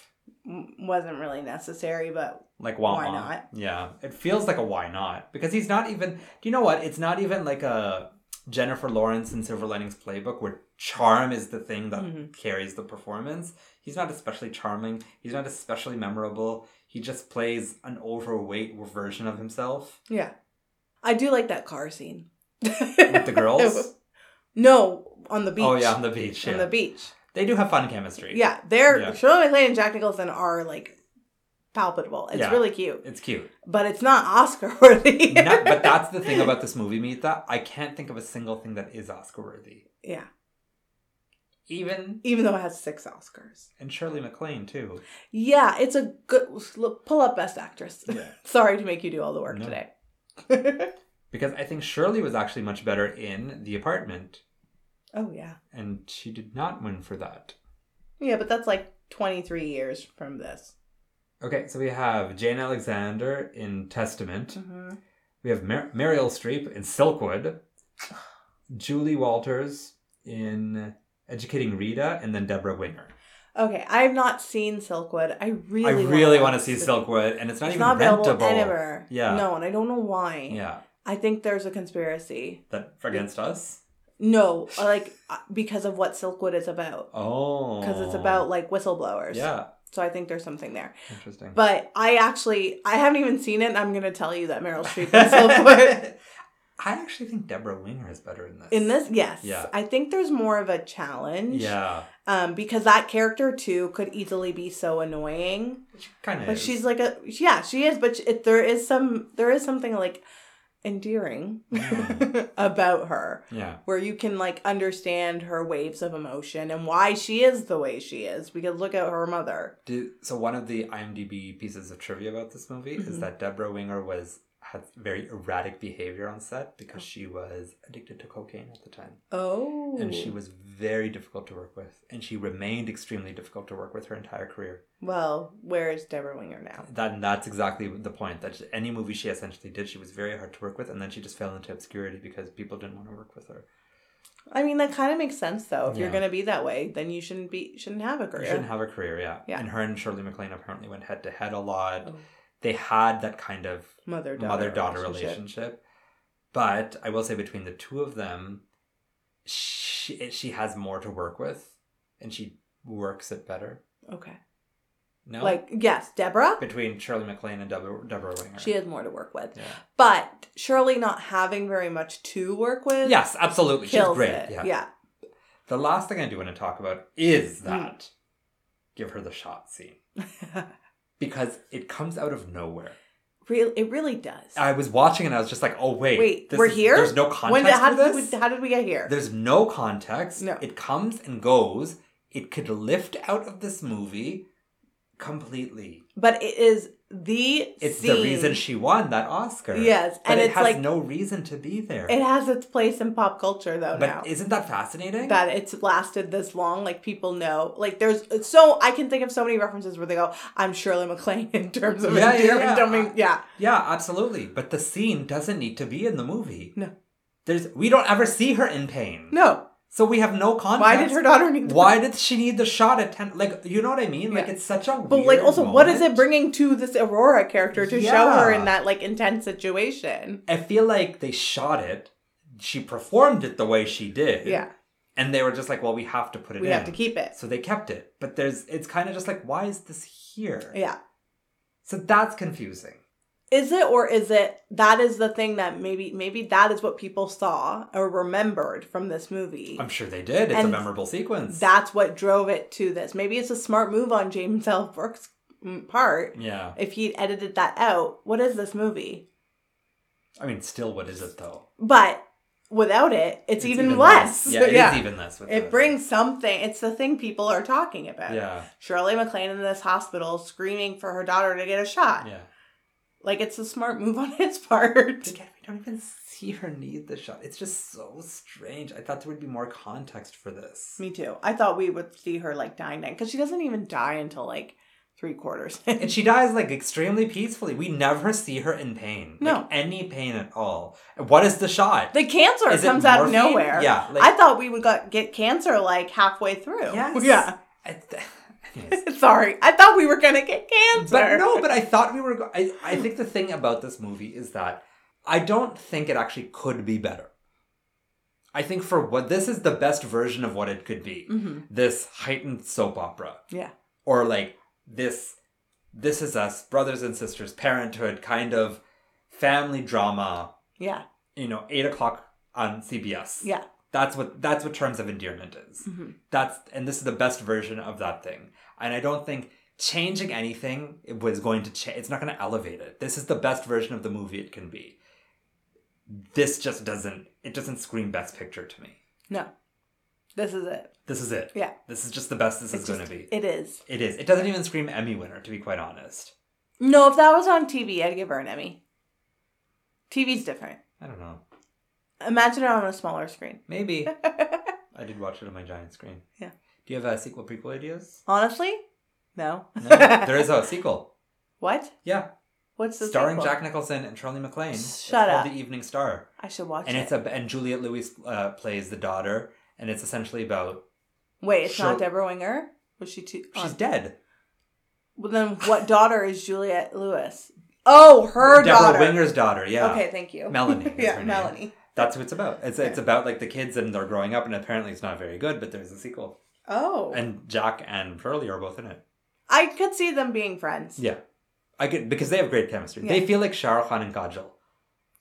S2: Wasn't really necessary, but
S1: like wah
S2: Why
S1: wah.
S2: not?
S1: Yeah, it feels like a why not because he's not even. Do you know what? It's not even like a Jennifer Lawrence in Silver Linings Playbook where charm is the thing that
S2: Mhm.
S1: carries the performance. He's not especially charming. He's not especially memorable. He just plays an overweight version of himself
S2: yeah. I do like that car scene.
S1: with the girls.
S2: no, on the beach.
S1: oh yeah, on the beach.
S2: On
S1: yeah.
S2: the beach.
S1: They do have fun chemistry.
S2: Yeah, they're
S1: Yeah.
S2: Shirley MacLaine and Jack Nicholson are like palpable. It's
S1: Yeah.
S2: really cute,
S1: It's cute.
S2: but it's not Oscar worthy.
S1: No, but that's the thing about this movie, Mita. I can't think of a single thing that is Oscar worthy.
S2: yeah.
S1: Even
S2: Even though it has six Oscars.
S1: and Shirley MacLaine too.
S2: Yeah, it's a good look, pull up Best Actress.
S1: Yeah.
S2: Sorry to make you do all the work
S1: No.
S2: today.
S1: Because I think Shirley was actually much better in The Apartment,
S2: oh yeah,
S1: and she did not win for that.
S2: yeah, but that's like twenty three years from this.
S1: Okay, so we have Jane Alexander in Testament. We have Mer- Meryl Streep in Silkwood. Julie Walters in Educating Rita, and then Deborah Winger.
S2: Okay, I have not seen Silkwood. I really,
S1: I really want
S2: wanna
S1: to see
S2: watch this.
S1: Silkwood, and it's not
S2: It's
S1: even
S2: not available
S1: rentable.
S2: anywhere.
S1: Yeah.
S2: No, and I don't know why.
S1: Yeah,
S2: I think there's a conspiracy.
S1: that against us.
S2: No, like uh, because of what Silkwood is about.
S1: Oh,
S2: Because it's about like whistleblowers.
S1: yeah,
S2: So I think there's something there.
S1: interesting.
S2: But I actually I haven't even seen it and I'm gonna tell you that Meryl Streep is Silkwood.
S1: I actually think Deborah Winger is better in this.
S2: In this, yes.
S1: Yeah.
S2: I think there's more of a challenge.
S1: yeah,
S2: Um, because that character too could easily be so annoying.
S1: kind of.
S2: But she's like a yeah, she is, but it, there is some there is something like endearing
S1: Mm.
S2: about her.
S1: yeah,
S2: where you can like understand her waves of emotion and why she is the way she is because look at her mother
S1: Do, so one of the IMDb pieces of trivia about this movie is
S2: Mhm.
S1: that Deborah Winger was had very erratic behavior on set because she was addicted to cocaine at the time,
S2: oh
S1: and she was very difficult to work with, and she remained extremely difficult to work with her entire career.
S2: well where is deborah winger now
S1: That and that's exactly the point. That any movie she essentially did, she was very hard to work with, and then she just fell into obscurity because people didn't want to work with her.
S2: i mean that kind of makes sense though if you're
S1: Yeah.
S2: gonna be that way then you shouldn't be shouldn't have a
S1: You
S2: career
S1: shouldn't have a career, yeah.
S2: Yeah.
S1: And her and Shirley MacLaine apparently went head to head a lot.
S2: Oh.
S1: They had that kind of
S2: mother-daughter
S1: mother daughter
S2: relationship.
S1: relationship. But I will say between the two of them, she she has more to work with, and she works it better.
S2: okay
S1: No,
S2: like yes deborah
S1: between Shirley MacLaine and Deborah, Deborah Winger.
S2: she has more to work with
S1: Yeah.
S2: but surely not having very much to work with
S1: Yes, absolutely. She's
S2: kills
S1: great.
S2: it
S1: Yeah.
S2: yeah
S1: The last thing I do want to talk about
S2: Mm.
S1: is that give her the shot scene because it comes out of nowhere.
S2: Real, it really does
S1: I was watching and I was just like, oh wait,
S2: Wait,
S1: this
S2: we're
S1: is-
S2: here?
S1: There's no context
S2: when did, how,
S1: for
S2: did
S1: this.
S2: we, how did we get here
S1: There's no context.
S2: No.
S1: It comes and goes. It could lift out of this movie completely.
S2: But it is the
S1: It's
S2: scene.
S1: the reason she won that Oscar.
S2: Yes,
S1: But
S2: and
S1: it
S2: it's
S1: has
S2: like
S1: no reason to be there.
S2: it has its place in pop culture though
S1: but
S2: now.
S1: isn't that fascinating?
S2: That it's lasted this long, like people know. Like there's it's so I can think of so many references where they go, "I'm Shirley MacLaine" in terms of
S1: Yeah, yeah,
S2: endearing,
S1: yeah.
S2: dumbing- yeah.
S1: yeah, absolutely. But the scene doesn't need to be in the movie.
S2: No.
S1: There's we don't ever see her in pain.
S2: No,
S1: So we have no context.
S2: why did her daughter need?
S1: Why did she need the shot at ten? Like you know what I mean? Like
S2: Yeah.
S1: it's such a.
S2: But
S1: weird
S2: like, also, what is
S1: moment.
S2: it bringing to this Aurora character to show her
S1: Yeah.
S2: in that like intense situation?
S1: I feel like they shot it. She performed it the way she did.
S2: Yeah,
S1: And they were just like, well, we have to put it
S2: we
S1: in.
S2: have to keep it.
S1: So they kept it. But there's it's kind of just like, why is this here?
S2: Yeah,
S1: So that's confusing.
S2: is it or is it that is the thing that maybe maybe that is what people saw or remembered from this movie?
S1: I'm sure they did. It's
S2: And
S1: a memorable sequence.
S2: that's what drove it to this. Maybe it's a smart move on James L. Brooks' mm, part.
S1: yeah.
S2: If he edited that out, what is this movie?
S1: I mean, still, what is it though?
S2: But Without it, it's, even, less.
S1: Yeah, it is
S3: Yeah.
S1: even less. With
S2: It brings something. It's the thing people are talking about.
S1: Yeah,
S2: Shirley MacLaine in this hospital screaming for her daughter to get a shot.
S1: yeah.
S2: Like it's a smart move on his part.
S1: Again, we don't even see her need the shot. It's just so strange. I thought there would be more context for this.
S2: Me too. I thought we would see her like dying then because she doesn't even die until like three quarters.
S1: And she dies like extremely peacefully. We never see her in pain.
S2: No.
S1: Like any pain at all. And What is the shot?
S2: the cancer
S1: Is it
S2: comes out of
S1: morphine?
S2: nowhere.
S1: Yeah.
S2: I thought we would got, get cancer like halfway through.
S1: Yes.
S2: Yeah.
S1: I th- anyways.
S2: Sorry. I thought we were going to get cancer.
S1: But no, but I thought we were. Go- I, I think the thing about this movie is that I don't think it actually could be better. I think for what this is the best version of what it could be.
S2: Mhm.
S1: This heightened soap opera.
S2: Yeah.
S1: Or like this. This is us, brothers and sisters, parenthood kind of family drama.
S2: Yeah.
S1: You know, eight o'clock on CBS.
S2: Yeah.
S1: That's what that's what terms of endearment is
S2: Mhm.
S1: that's and this is the best version of that thing and i don't think changing anything it was going to change it's not going to elevate it this is the best version of the movie it can be this just doesn't it doesn't scream best picture to me
S2: No. This is it.
S1: this is it
S2: Yeah.
S1: this is just the best this is
S2: It's
S1: going to
S2: just-
S1: be
S2: It is.
S1: it is it doesn't even scream emmy winner to be quite honest
S2: No, if that was on TV, I'd give her an Emmy. TV's different.
S1: i don't know
S2: Imagine it on a smaller screen.
S1: maybe i did watch it on my giant screen
S2: Yeah.
S1: do you have a sequel prequel ideas
S2: Honestly, no.
S1: no there is a sequel
S2: What?
S1: yeah
S2: What's the
S1: starring
S2: sequel?
S1: jack nicholson and charlie mcclain It's
S2: Shut
S1: called
S2: up.
S1: the evening star
S2: I should watch
S1: and
S2: it.
S1: it's a and Juliet Lewis uh, plays the daughter, and it's essentially about
S2: Wait, it's
S1: Sure.
S2: not Deborah Winger. Was she too?
S1: she's
S2: on-
S1: dead.
S2: Well, then what daughter is Juliet Lewis? Oh, her
S1: Deborah
S2: daughter.
S1: Winger's daughter. Yeah.
S2: Okay, thank you.
S1: Melanie. is her
S2: yeah,
S1: name.
S2: Melanie.
S1: That's what it's about. It's it's about like the kids and they're growing up, and apparently it's not very good. But there's a sequel,
S2: Oh,
S1: and Jack and Pearlie are both in it.
S2: I could see them being friends.
S1: Yeah, I could because they have great chemistry.
S2: Yeah.
S1: They feel like Shah Rukh Khan and Kajol.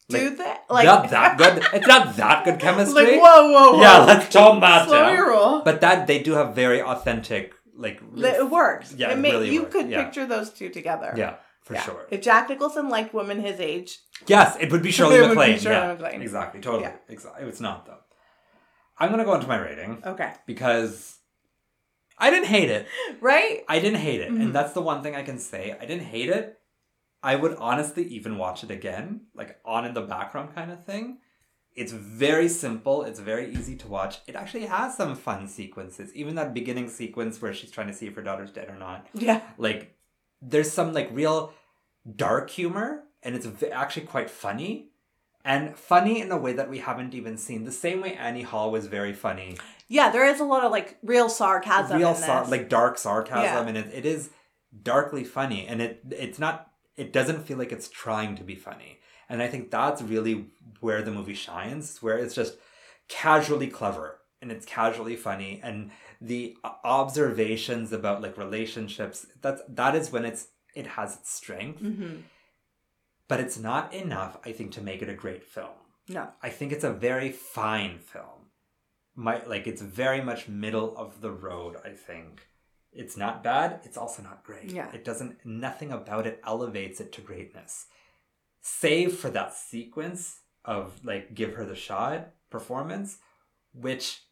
S2: Do
S1: Like,
S2: they? Like,
S1: not that good. It's not that good
S2: like
S1: chemistry.
S2: whoa, whoa, whoa.
S1: yeah, let's tone that
S2: slow
S1: down.
S2: your roll.
S1: But that they do have very authentic like.
S2: it works.
S1: Yeah,
S2: it
S1: it
S2: may,
S1: really
S2: you
S1: worked.
S2: could
S1: Yeah.
S2: picture those two together.
S1: Yeah, for
S2: Yeah.
S1: sure.
S2: If Jack Nicholson liked women his age,
S1: Yes, it would be Shirley
S2: It would be
S1: MacLaine.
S2: Shirley
S1: yeah,
S2: MacLaine.
S1: exactly, totally.
S2: Yeah.
S1: Exactly. It's not though. I'm gonna go into my rating
S2: okay,
S1: because I didn't hate it.
S2: right?
S1: I didn't hate it,
S2: Mhm.
S1: and that's the one thing I can say. I didn't hate it. I would honestly even watch it again, like on in the background kind of thing. It's very simple. It's very easy to watch. It actually has some fun sequences. Even that beginning sequence where she's trying to see if her daughter's dead or not
S2: Yeah,
S1: like there's some like real dark humor and it's v- actually quite funny and funny in a way that we haven't even seen the same way annie hall was very funny
S2: yeah. There is a lot of like real sarcasm.
S1: real
S2: in this.
S1: sar- like dark sarcasm
S2: Yeah.
S1: and it, it is darkly funny and it it's not it doesn't feel like it's trying to be funny and i think that's really where the movie shines where it's just casually clever and it's casually funny and the o- observations about like relationships that's that is when it's it has its strength
S2: hmm
S1: but it's not enough, I think, to make it a great film.
S2: No.
S1: I think it's a very fine film. My like it's very much middle of the road, I think. It's not bad, it's also not great.
S2: Yeah.
S1: It doesn't nothing about it elevates it to greatness. Save for that sequence of like give her the shot performance, which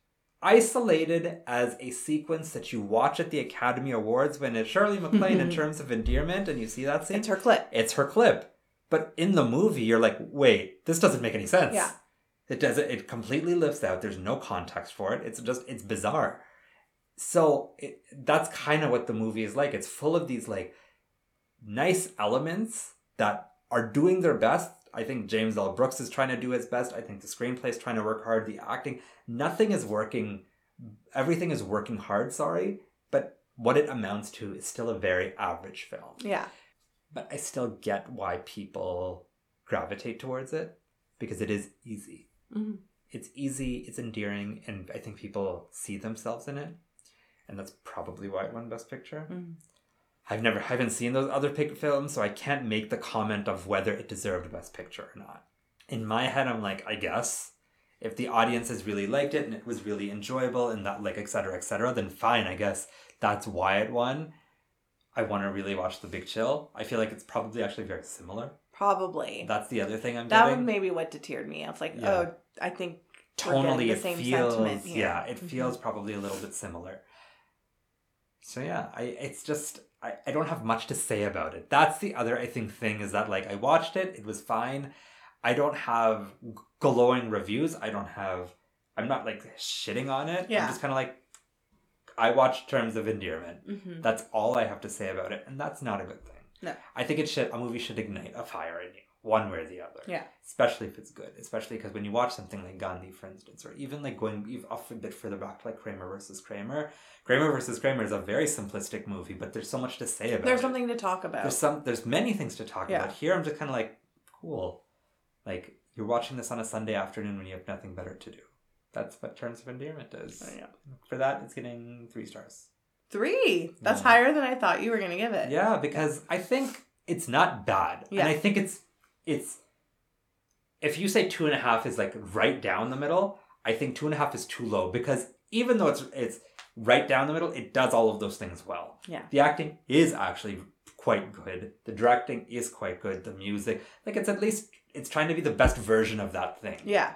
S1: isolated as a sequence that you watch at the Academy Awards when it's Shirley MacLaine in terms of endearment and you see that scene
S2: It's her clip.
S1: it's her clip. But in the movie, you're like, wait, this doesn't make any sense.
S2: Yeah.
S1: It does not it completely lifts out. There's no context for it. It's just it's bizarre. So it, that's kind of what the movie is like. It's full of these like nice elements that are doing their best. I think James L. Brooks is trying to do his best. I think the screenplay is trying to work hard. The acting, nothing is working. Everything is working hard. Sorry, but what it amounts to is still a very average film
S2: Yeah,
S1: but I still get why people gravitate towards it because it is easy.
S2: Mhm.
S1: It's easy, it's endearing, and I think people see themselves in it. And that's probably why it won Best Picture.
S2: Mhm.
S1: I've never, I haven't seen those other pic- films, so I can't make the comment of whether it deserved Best Picture or not. In my head, I'm like, I guess if the audience has really liked it and it was really enjoyable and that like et cetera, et cetera, then fine. I guess that's why it won. I want to really watch The Big Chill. I feel like it's probably actually very similar.
S2: Probably.
S1: That's the other thing I'm
S2: That
S1: getting.
S2: would maybe what deterred me. I was like,
S1: Yeah.
S2: oh, I think we're getting
S1: tonally
S2: the
S1: it
S2: same
S1: feels
S2: sentiment here.
S1: yeah it
S2: Mhm.
S1: feels probably a little bit similar so yeah i it's just I, I don't have much to say about it that's the other i think thing is that like i watched it it was fine i don't have g- glowing reviews i don't have i'm not like shitting on it
S2: Yeah.
S1: i'm just kind of like i watched terms of endearment
S2: hmm
S1: that's all i have to say about it and that's not a good thing
S2: No.
S1: i think it should a movie should ignite a fire in you one way or the other
S2: Yeah.
S1: especially if it's good especially because when you watch something like gandhi for instance or even like going even off a bit further back like kramer versus kramer kramer versus kramer is a very simplistic movie but there's so much to say about
S2: There's
S1: it.
S2: something to talk about.
S1: there's some there's many things to talk
S2: Yeah.
S1: about here i'm just kind of like cool like you're watching this on a sunday afternoon when you have nothing better to do that's what terms of endearment is
S2: Oh, yeah.
S1: for that it's getting three stars
S2: Three. That's
S1: Yeah.
S2: higher than I thought you were gonna give it.
S1: Hmm. Yeah, because I think it's not bad,
S2: Yeah.
S1: and I think it's it's. If you say two and a half is like right down the middle, I think two and a half is too low because even though it's it's right down the middle, it does all of those things well.
S2: Yeah.
S1: the acting is actually quite good. The directing is quite good. The music, like it's at least it's trying to be the best version of that thing.
S2: Yeah.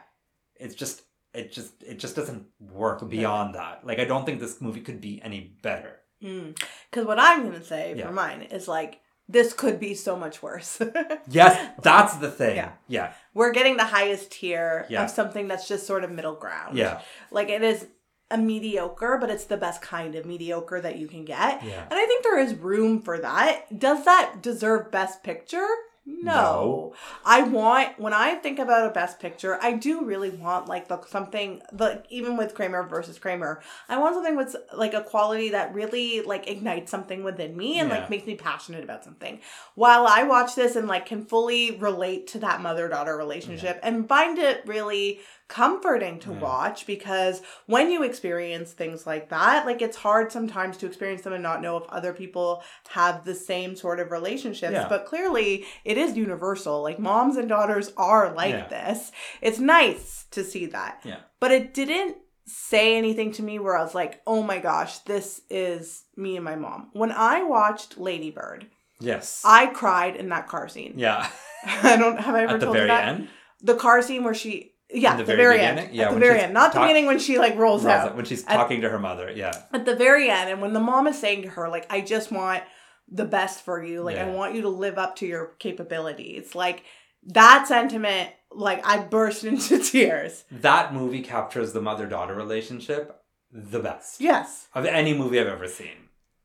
S1: it's just it just it just doesn't work beyond that. Like I don't think this movie could be any better.
S2: Because Hmm. what I'm gonna say
S1: Yeah.
S2: for mine is like this could be so much worse.
S1: Yes, that's the thing.
S2: Yeah.
S1: yeah,
S2: we're getting the highest tier
S1: Yeah.
S2: of something that's just sort of middle ground.
S1: yeah.
S2: Like it is a mediocre, but it's the best kind of mediocre that you can get.
S1: Yeah.
S2: And I think there is room for that. Does that deserve best picture? No.
S1: No.
S2: I want when I think about a best picture, I do really want like the something like even with Kramer versus Kramer, I want something with like a quality that really like ignites something within me and
S1: Yeah.
S2: like makes me passionate about something. While I watch this and like can fully relate to that mother-daughter relationship and find it really comforting to
S1: Yeah.
S2: watch because when you experience things like that, like it's hard sometimes to experience them and not know if other people have the same sort of relationships.
S1: Yeah.
S2: But clearly, it is universal. Like moms and daughters are like
S1: Yeah.
S2: this. It's nice to see that.
S1: Yeah.
S2: But it didn't say anything to me where I was like, oh my gosh, this is me and my mom. When I watched Lady Bird,
S1: Yes.
S2: I cried in that car scene.
S1: yeah.
S2: I don't have I ever
S1: At the
S2: told you
S1: very
S2: that
S1: end.
S2: the car scene where she yeah
S1: In the
S2: the,
S1: very
S2: very,
S1: beginning?
S2: end
S1: Yeah,
S2: at the
S1: when
S2: very
S1: she's
S2: end not the
S1: talk-
S2: beginning when she like rolls
S1: Rosa,
S2: out
S1: when she's
S2: At-
S1: talking to her mother. Yeah.
S2: at the very end and when the mom is saying to her like i just want the best for you like i
S1: Yeah.
S2: want you to live up to your capabilities like that sentiment like i burst into tears
S1: That movie captures the mother daughter relationship the best
S2: yes
S1: of any movie I've ever seen.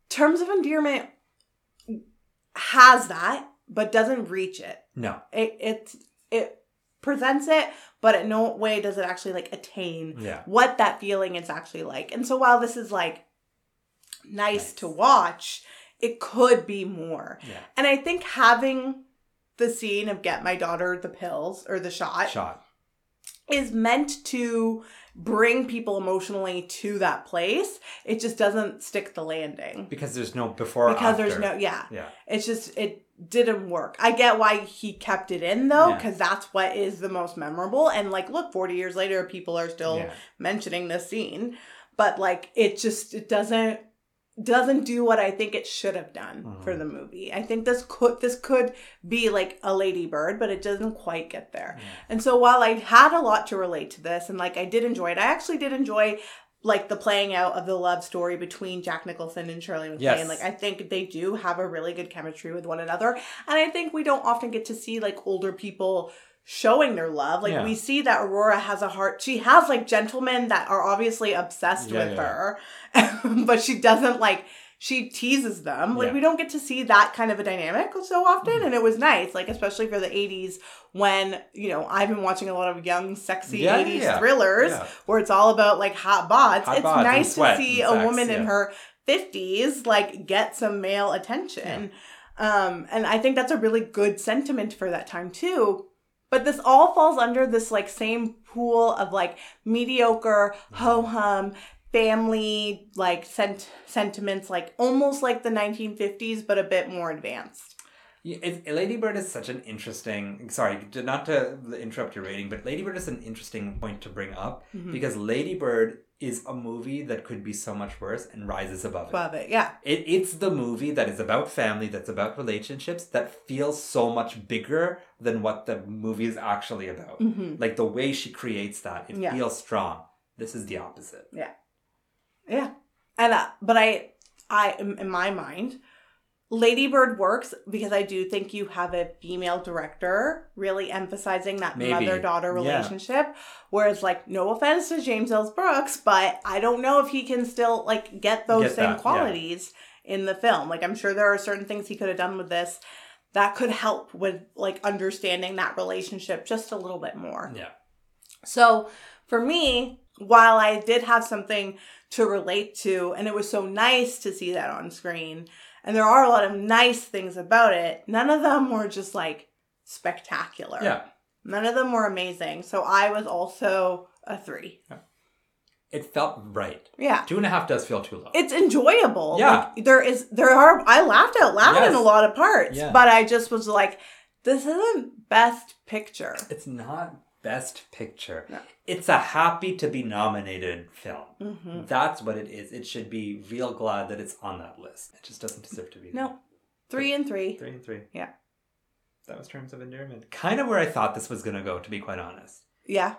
S2: terms of endearment has that but doesn't reach it
S1: No.
S2: it it, it presents it but in no way does it actually like attain
S1: Yeah.
S2: what that feeling is actually like. And so while this is like nice,
S1: Nice.
S2: to watch, it could be more.
S1: Yeah.
S2: And I think having the scene of get my daughter the pills or the shot
S1: Shot.
S2: is meant to bring people emotionally to that place. It just doesn't stick the landing.
S1: Because there's no before or
S2: because there's
S1: after.
S2: no yeah.
S1: Yeah.
S2: It's just it didn't work. I get why he kept it in though
S1: Yeah.
S2: cuz that's what is the most memorable and like look 40 years later people are still
S1: Yeah.
S2: mentioning this scene but like it just it doesn't doesn't do what i think it should have done
S1: Mhm.
S2: for the movie i think this could this could be like a ladybird but it doesn't quite get there
S1: Yeah.
S2: and so while i had a lot to relate to this and like i did enjoy it i actually did enjoy like the playing out of the love story between Jack Nicholson and Shirley MacLaine.
S1: Yes.
S2: Like I think they do have a really good chemistry with one another, and I think we don't often get to see like older people showing their love. Like
S1: Yeah.
S2: we see that Aurora has a heart. She has like gentlemen that are obviously obsessed
S1: Yeah,
S2: with
S1: yeah,
S2: her, but she doesn't like. She teases them. Like
S1: Yeah. Mm-hmm.
S2: we don't get to see that kind of a dynamic so often, and it was nice. Like especially for the '80s when you know I've been watching a lot of young, sexy
S1: Yeah, yeah,
S2: '80s
S1: yeah.
S2: thrillers
S1: Yeah.
S2: where it's all about like hot bods.
S1: Hot
S2: it's
S1: bods and
S2: nice to
S1: sweat
S2: see
S1: and
S2: a
S1: sex,
S2: woman in
S1: yeah.
S2: her 50s like get some male attention. Um, and I think that's a really good sentiment for that time too. But this all falls under this like same pool of like mediocre,
S1: Mm-hmm.
S2: ho hum, family like sent sentiments, like almost like the 1950s, but a bit more advanced.
S1: Yeah, it- Lady Bird is such an interesting. Sorry, to- not to interrupt your rating, but Lady Bird is an interesting point to bring up
S2: Mhm.
S1: because Lady Bird is a movie that could be so much worse and rises above it.
S2: Love it. Yeah.
S1: It, it's the movie that is about family, that's about relationships, that feels so much bigger than what the movie is actually about.
S2: hmm
S1: Like the way she creates that, it
S2: Yeah.
S1: feels strong. This is the opposite.
S2: And uh, but I, I in in my mind, Ladybird works because I do think you have a female director really emphasizing that
S1: Maybe.
S2: mother daughter
S1: Yeah.
S2: relationship. Whereas, like, no offense to James L. Brooks, but I don't know if he can still like get those
S1: Get
S2: same
S1: that, yeah.
S2: qualities in the film. Like, I'm sure there are certain things he could have done with this that could help with like understanding that relationship just a little bit more.
S1: Yeah.
S2: So for me, while I did have something to relate to, and it was so nice to see that on screen, and there are a lot of nice things about it, none of them were just like spectacular.
S1: Yeah.
S2: None of them were amazing. So I was also a three.
S1: It felt right.
S2: Yeah.
S1: Two and a half does feel too low.
S2: It's enjoyable.
S1: Yeah.
S2: Like, there is, there are, I laughed out loud in a
S1: Yes.
S2: lot of parts,
S1: Yeah.
S2: but I just was like, this isn't best picture.
S1: it's not best picture.
S2: No.
S1: It's a happy to be nominated film.
S2: Mm-hmm.
S1: That's what it is. It should be real glad that it's on that list. It just doesn't deserve to be. there.
S2: No. Three and three.
S1: Three and three.
S2: Yeah.
S1: That was terms of endearment. Kind of where I thought this was gonna go, to be quite honest.
S2: Yeah.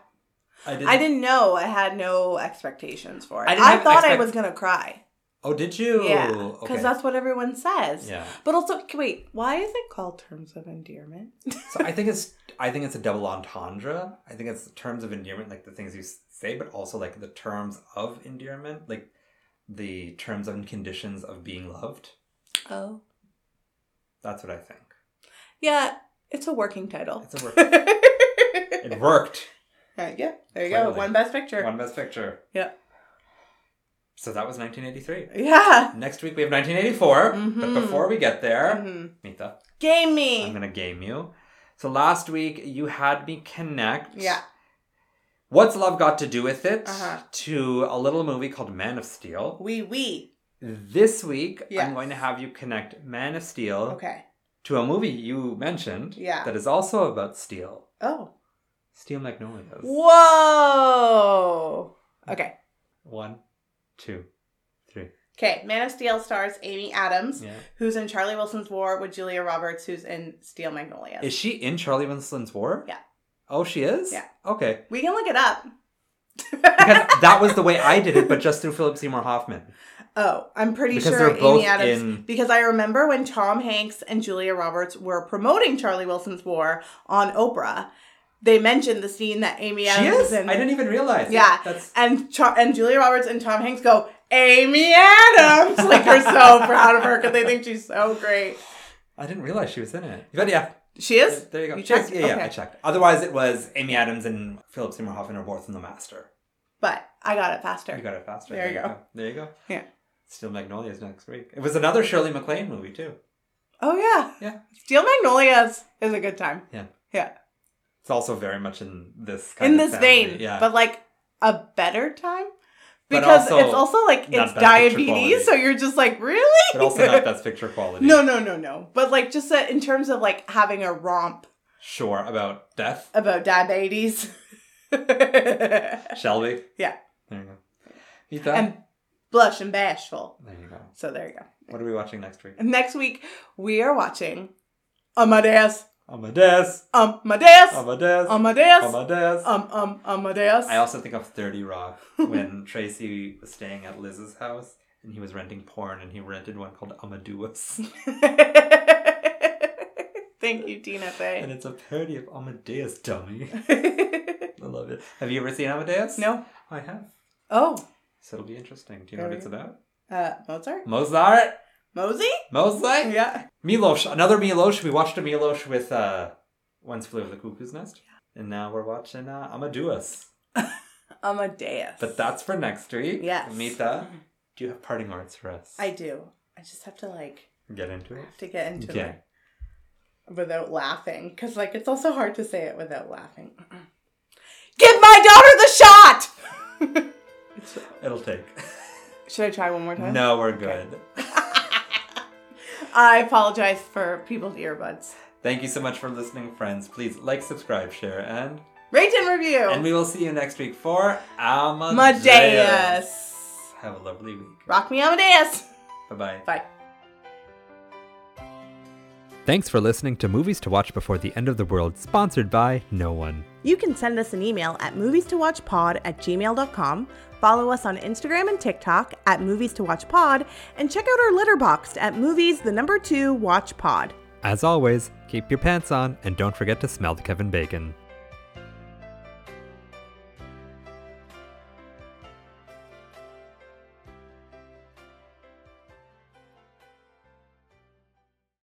S1: I didn't.
S2: I didn't know. I had no expectations for it.
S1: I
S2: I,
S1: didn't have
S2: thought I
S1: expect-
S2: was gonna cry.
S1: Oh, did you?
S2: yeah, because
S1: Okay.
S2: that's what everyone says.
S1: yeah.
S2: But also, c- wait, why is it called terms of endearment?
S1: So I think it's I think it's a double entendre. I think it's the terms of endearment, like the things you s- say, but also like the terms of endearment, like the terms and conditions of being loved.
S2: Oh,
S1: That's what I think.
S2: yeah, it's a working title.
S1: It's a work.
S2: Right,
S1: it worked.
S2: yeah, there you go.
S1: Clearly.
S2: One best picture.
S1: One best picture.
S2: Yeah.
S1: So that was 1983.
S2: Yeah.
S1: Next week we have 1984,
S2: Mhm.
S1: but before we get there,
S2: Mhm.
S1: Nita,
S2: Game
S1: I'm
S2: me.
S1: gonna game you. So last week you had me connect.
S2: Yeah.
S1: What's love got to do with it?
S2: Uh-huh.
S1: To a little movie called Man of Steel.
S2: Wee wee.
S1: This week
S2: Yes.
S1: I'm going to have you connect Man of Steel
S2: Okay.
S1: to a movie you mentioned
S2: Yeah.
S1: that is also about steel.
S2: Oh.
S1: Steel Magnolias.
S2: Whoa. Okay.
S1: One, two, three.
S2: Okay. Man of Steel stars Amy Adams,
S1: Yeah.
S2: who's in Charlie Wilson's War with Julia Roberts, who's in Steel Magnolias.
S1: Is she in Charlie Winston's War?
S2: Yeah.
S1: Oh, she is?
S2: Yeah.
S1: Okay.
S2: We can look it up.
S1: Because that was the way I did it, but just through Philip Seymour Hoffman.
S2: oh, I'm pretty
S1: Because
S2: sure
S1: they're both
S2: Amy Adams.
S1: in-
S2: Because I remember when Tom Hanks and Julia Roberts were promoting Charlie Wilson's War on Oprah, they mentioned the scene that Amy
S1: she
S2: Adams
S1: is?
S2: was in.
S1: I didn't even realize.
S2: Yeah.
S1: That's
S2: and Char- and Julia Roberts and Tom Hanks go Amy Adams like they're so proud of her because they think she's so great.
S1: I didn't realize she was in it. But yeah,
S2: She is.
S1: there you go.
S2: You
S1: Cheers.
S2: checked?
S1: Yeah, yeah,
S2: Okay.
S1: I checked. Otherwise, it was Amy Adams and Philip Seymour Hoffman are both in The Master.
S2: But I got it
S1: You
S2: faster.
S1: got it faster.
S2: There you go.
S1: There you go.
S2: Yeah.
S1: Still Magnolias next week. It was another Shirley MacLaine movie too.
S2: Oh yeah.
S1: Yeah.
S2: Steel Magnolias is a good time.
S1: It's also very much in this
S2: in this
S1: family.
S2: vein,
S1: Yeah.
S2: but like a better time
S1: But
S2: because
S1: also
S2: it's also like
S1: not
S2: it's
S1: bad picture quality.
S2: diabetes, so you're just like really.
S1: but also not best picture quality.
S2: no, no, no, no. But like just that in terms of like having a romp
S1: Sure about death.
S2: about diabetes. and
S1: Shelby.
S2: Yeah.
S1: There you go. Meet that.
S2: blush and bashful.
S1: there you go.
S2: So there you go.
S1: What are we watching next week?
S2: And next week we are watching Amadeus,
S1: Amadeus.
S2: Amadeus,
S1: Amadeus.
S2: Amadeus,
S1: Amadeus.
S2: um, um, Amadeus.
S1: I also think of 30 Rock when Tracy was staying at Liz's house and he was renting porn and he rented one called Amadeus.
S2: Thank you, Tina
S1: and
S2: Fey.
S1: it's a parody of Amadeus, dummy.
S2: no.
S1: I love it. Have you ever seen Amadeus? I have.
S2: Oh,
S1: So it'll be interesting. Do you know what it's about?
S2: uh, Mozart?
S1: Mozart?
S2: Mosey?
S1: Mozart?
S2: Yeah.
S1: Milosh. Another Milosh. We watched a Milosh with uh, Once Flew Over the Cuckoo's Nest. And now we're watching uh, Amadeus.
S2: Amadeus.
S1: But that's for next week.
S2: Yes.
S1: Mita, do you have parting words for us?
S2: I do. I just have to like
S1: Get into it.
S2: have to get into
S1: Okay.
S2: it without laughing, because like it's also hard to say it without laughing. Give my daughter the shot.
S1: It'll take.
S2: Should I try one more time?
S1: No, we're good.
S2: I apologize for people's earbuds.
S1: Thank you so much for listening, friends. Please like, subscribe, share, and
S2: Rate and review.
S1: and we will see you next week for Amadeus.
S2: Amadeus.
S1: Have a lovely week.
S2: Rock me Amadeus.
S1: Bye bye.
S2: Bye.
S1: Thanks for listening to Movies to Watch Before the End of the World, sponsored by No One.
S2: You can send us an email at movies to watch pod at gmail.com, follow us on Instagram and TikTok at movies to watch pod, and check out our letterbox at movies the number two watch pod.
S1: As always, keep your pants on and don't forget to smell the Kevin Bacon.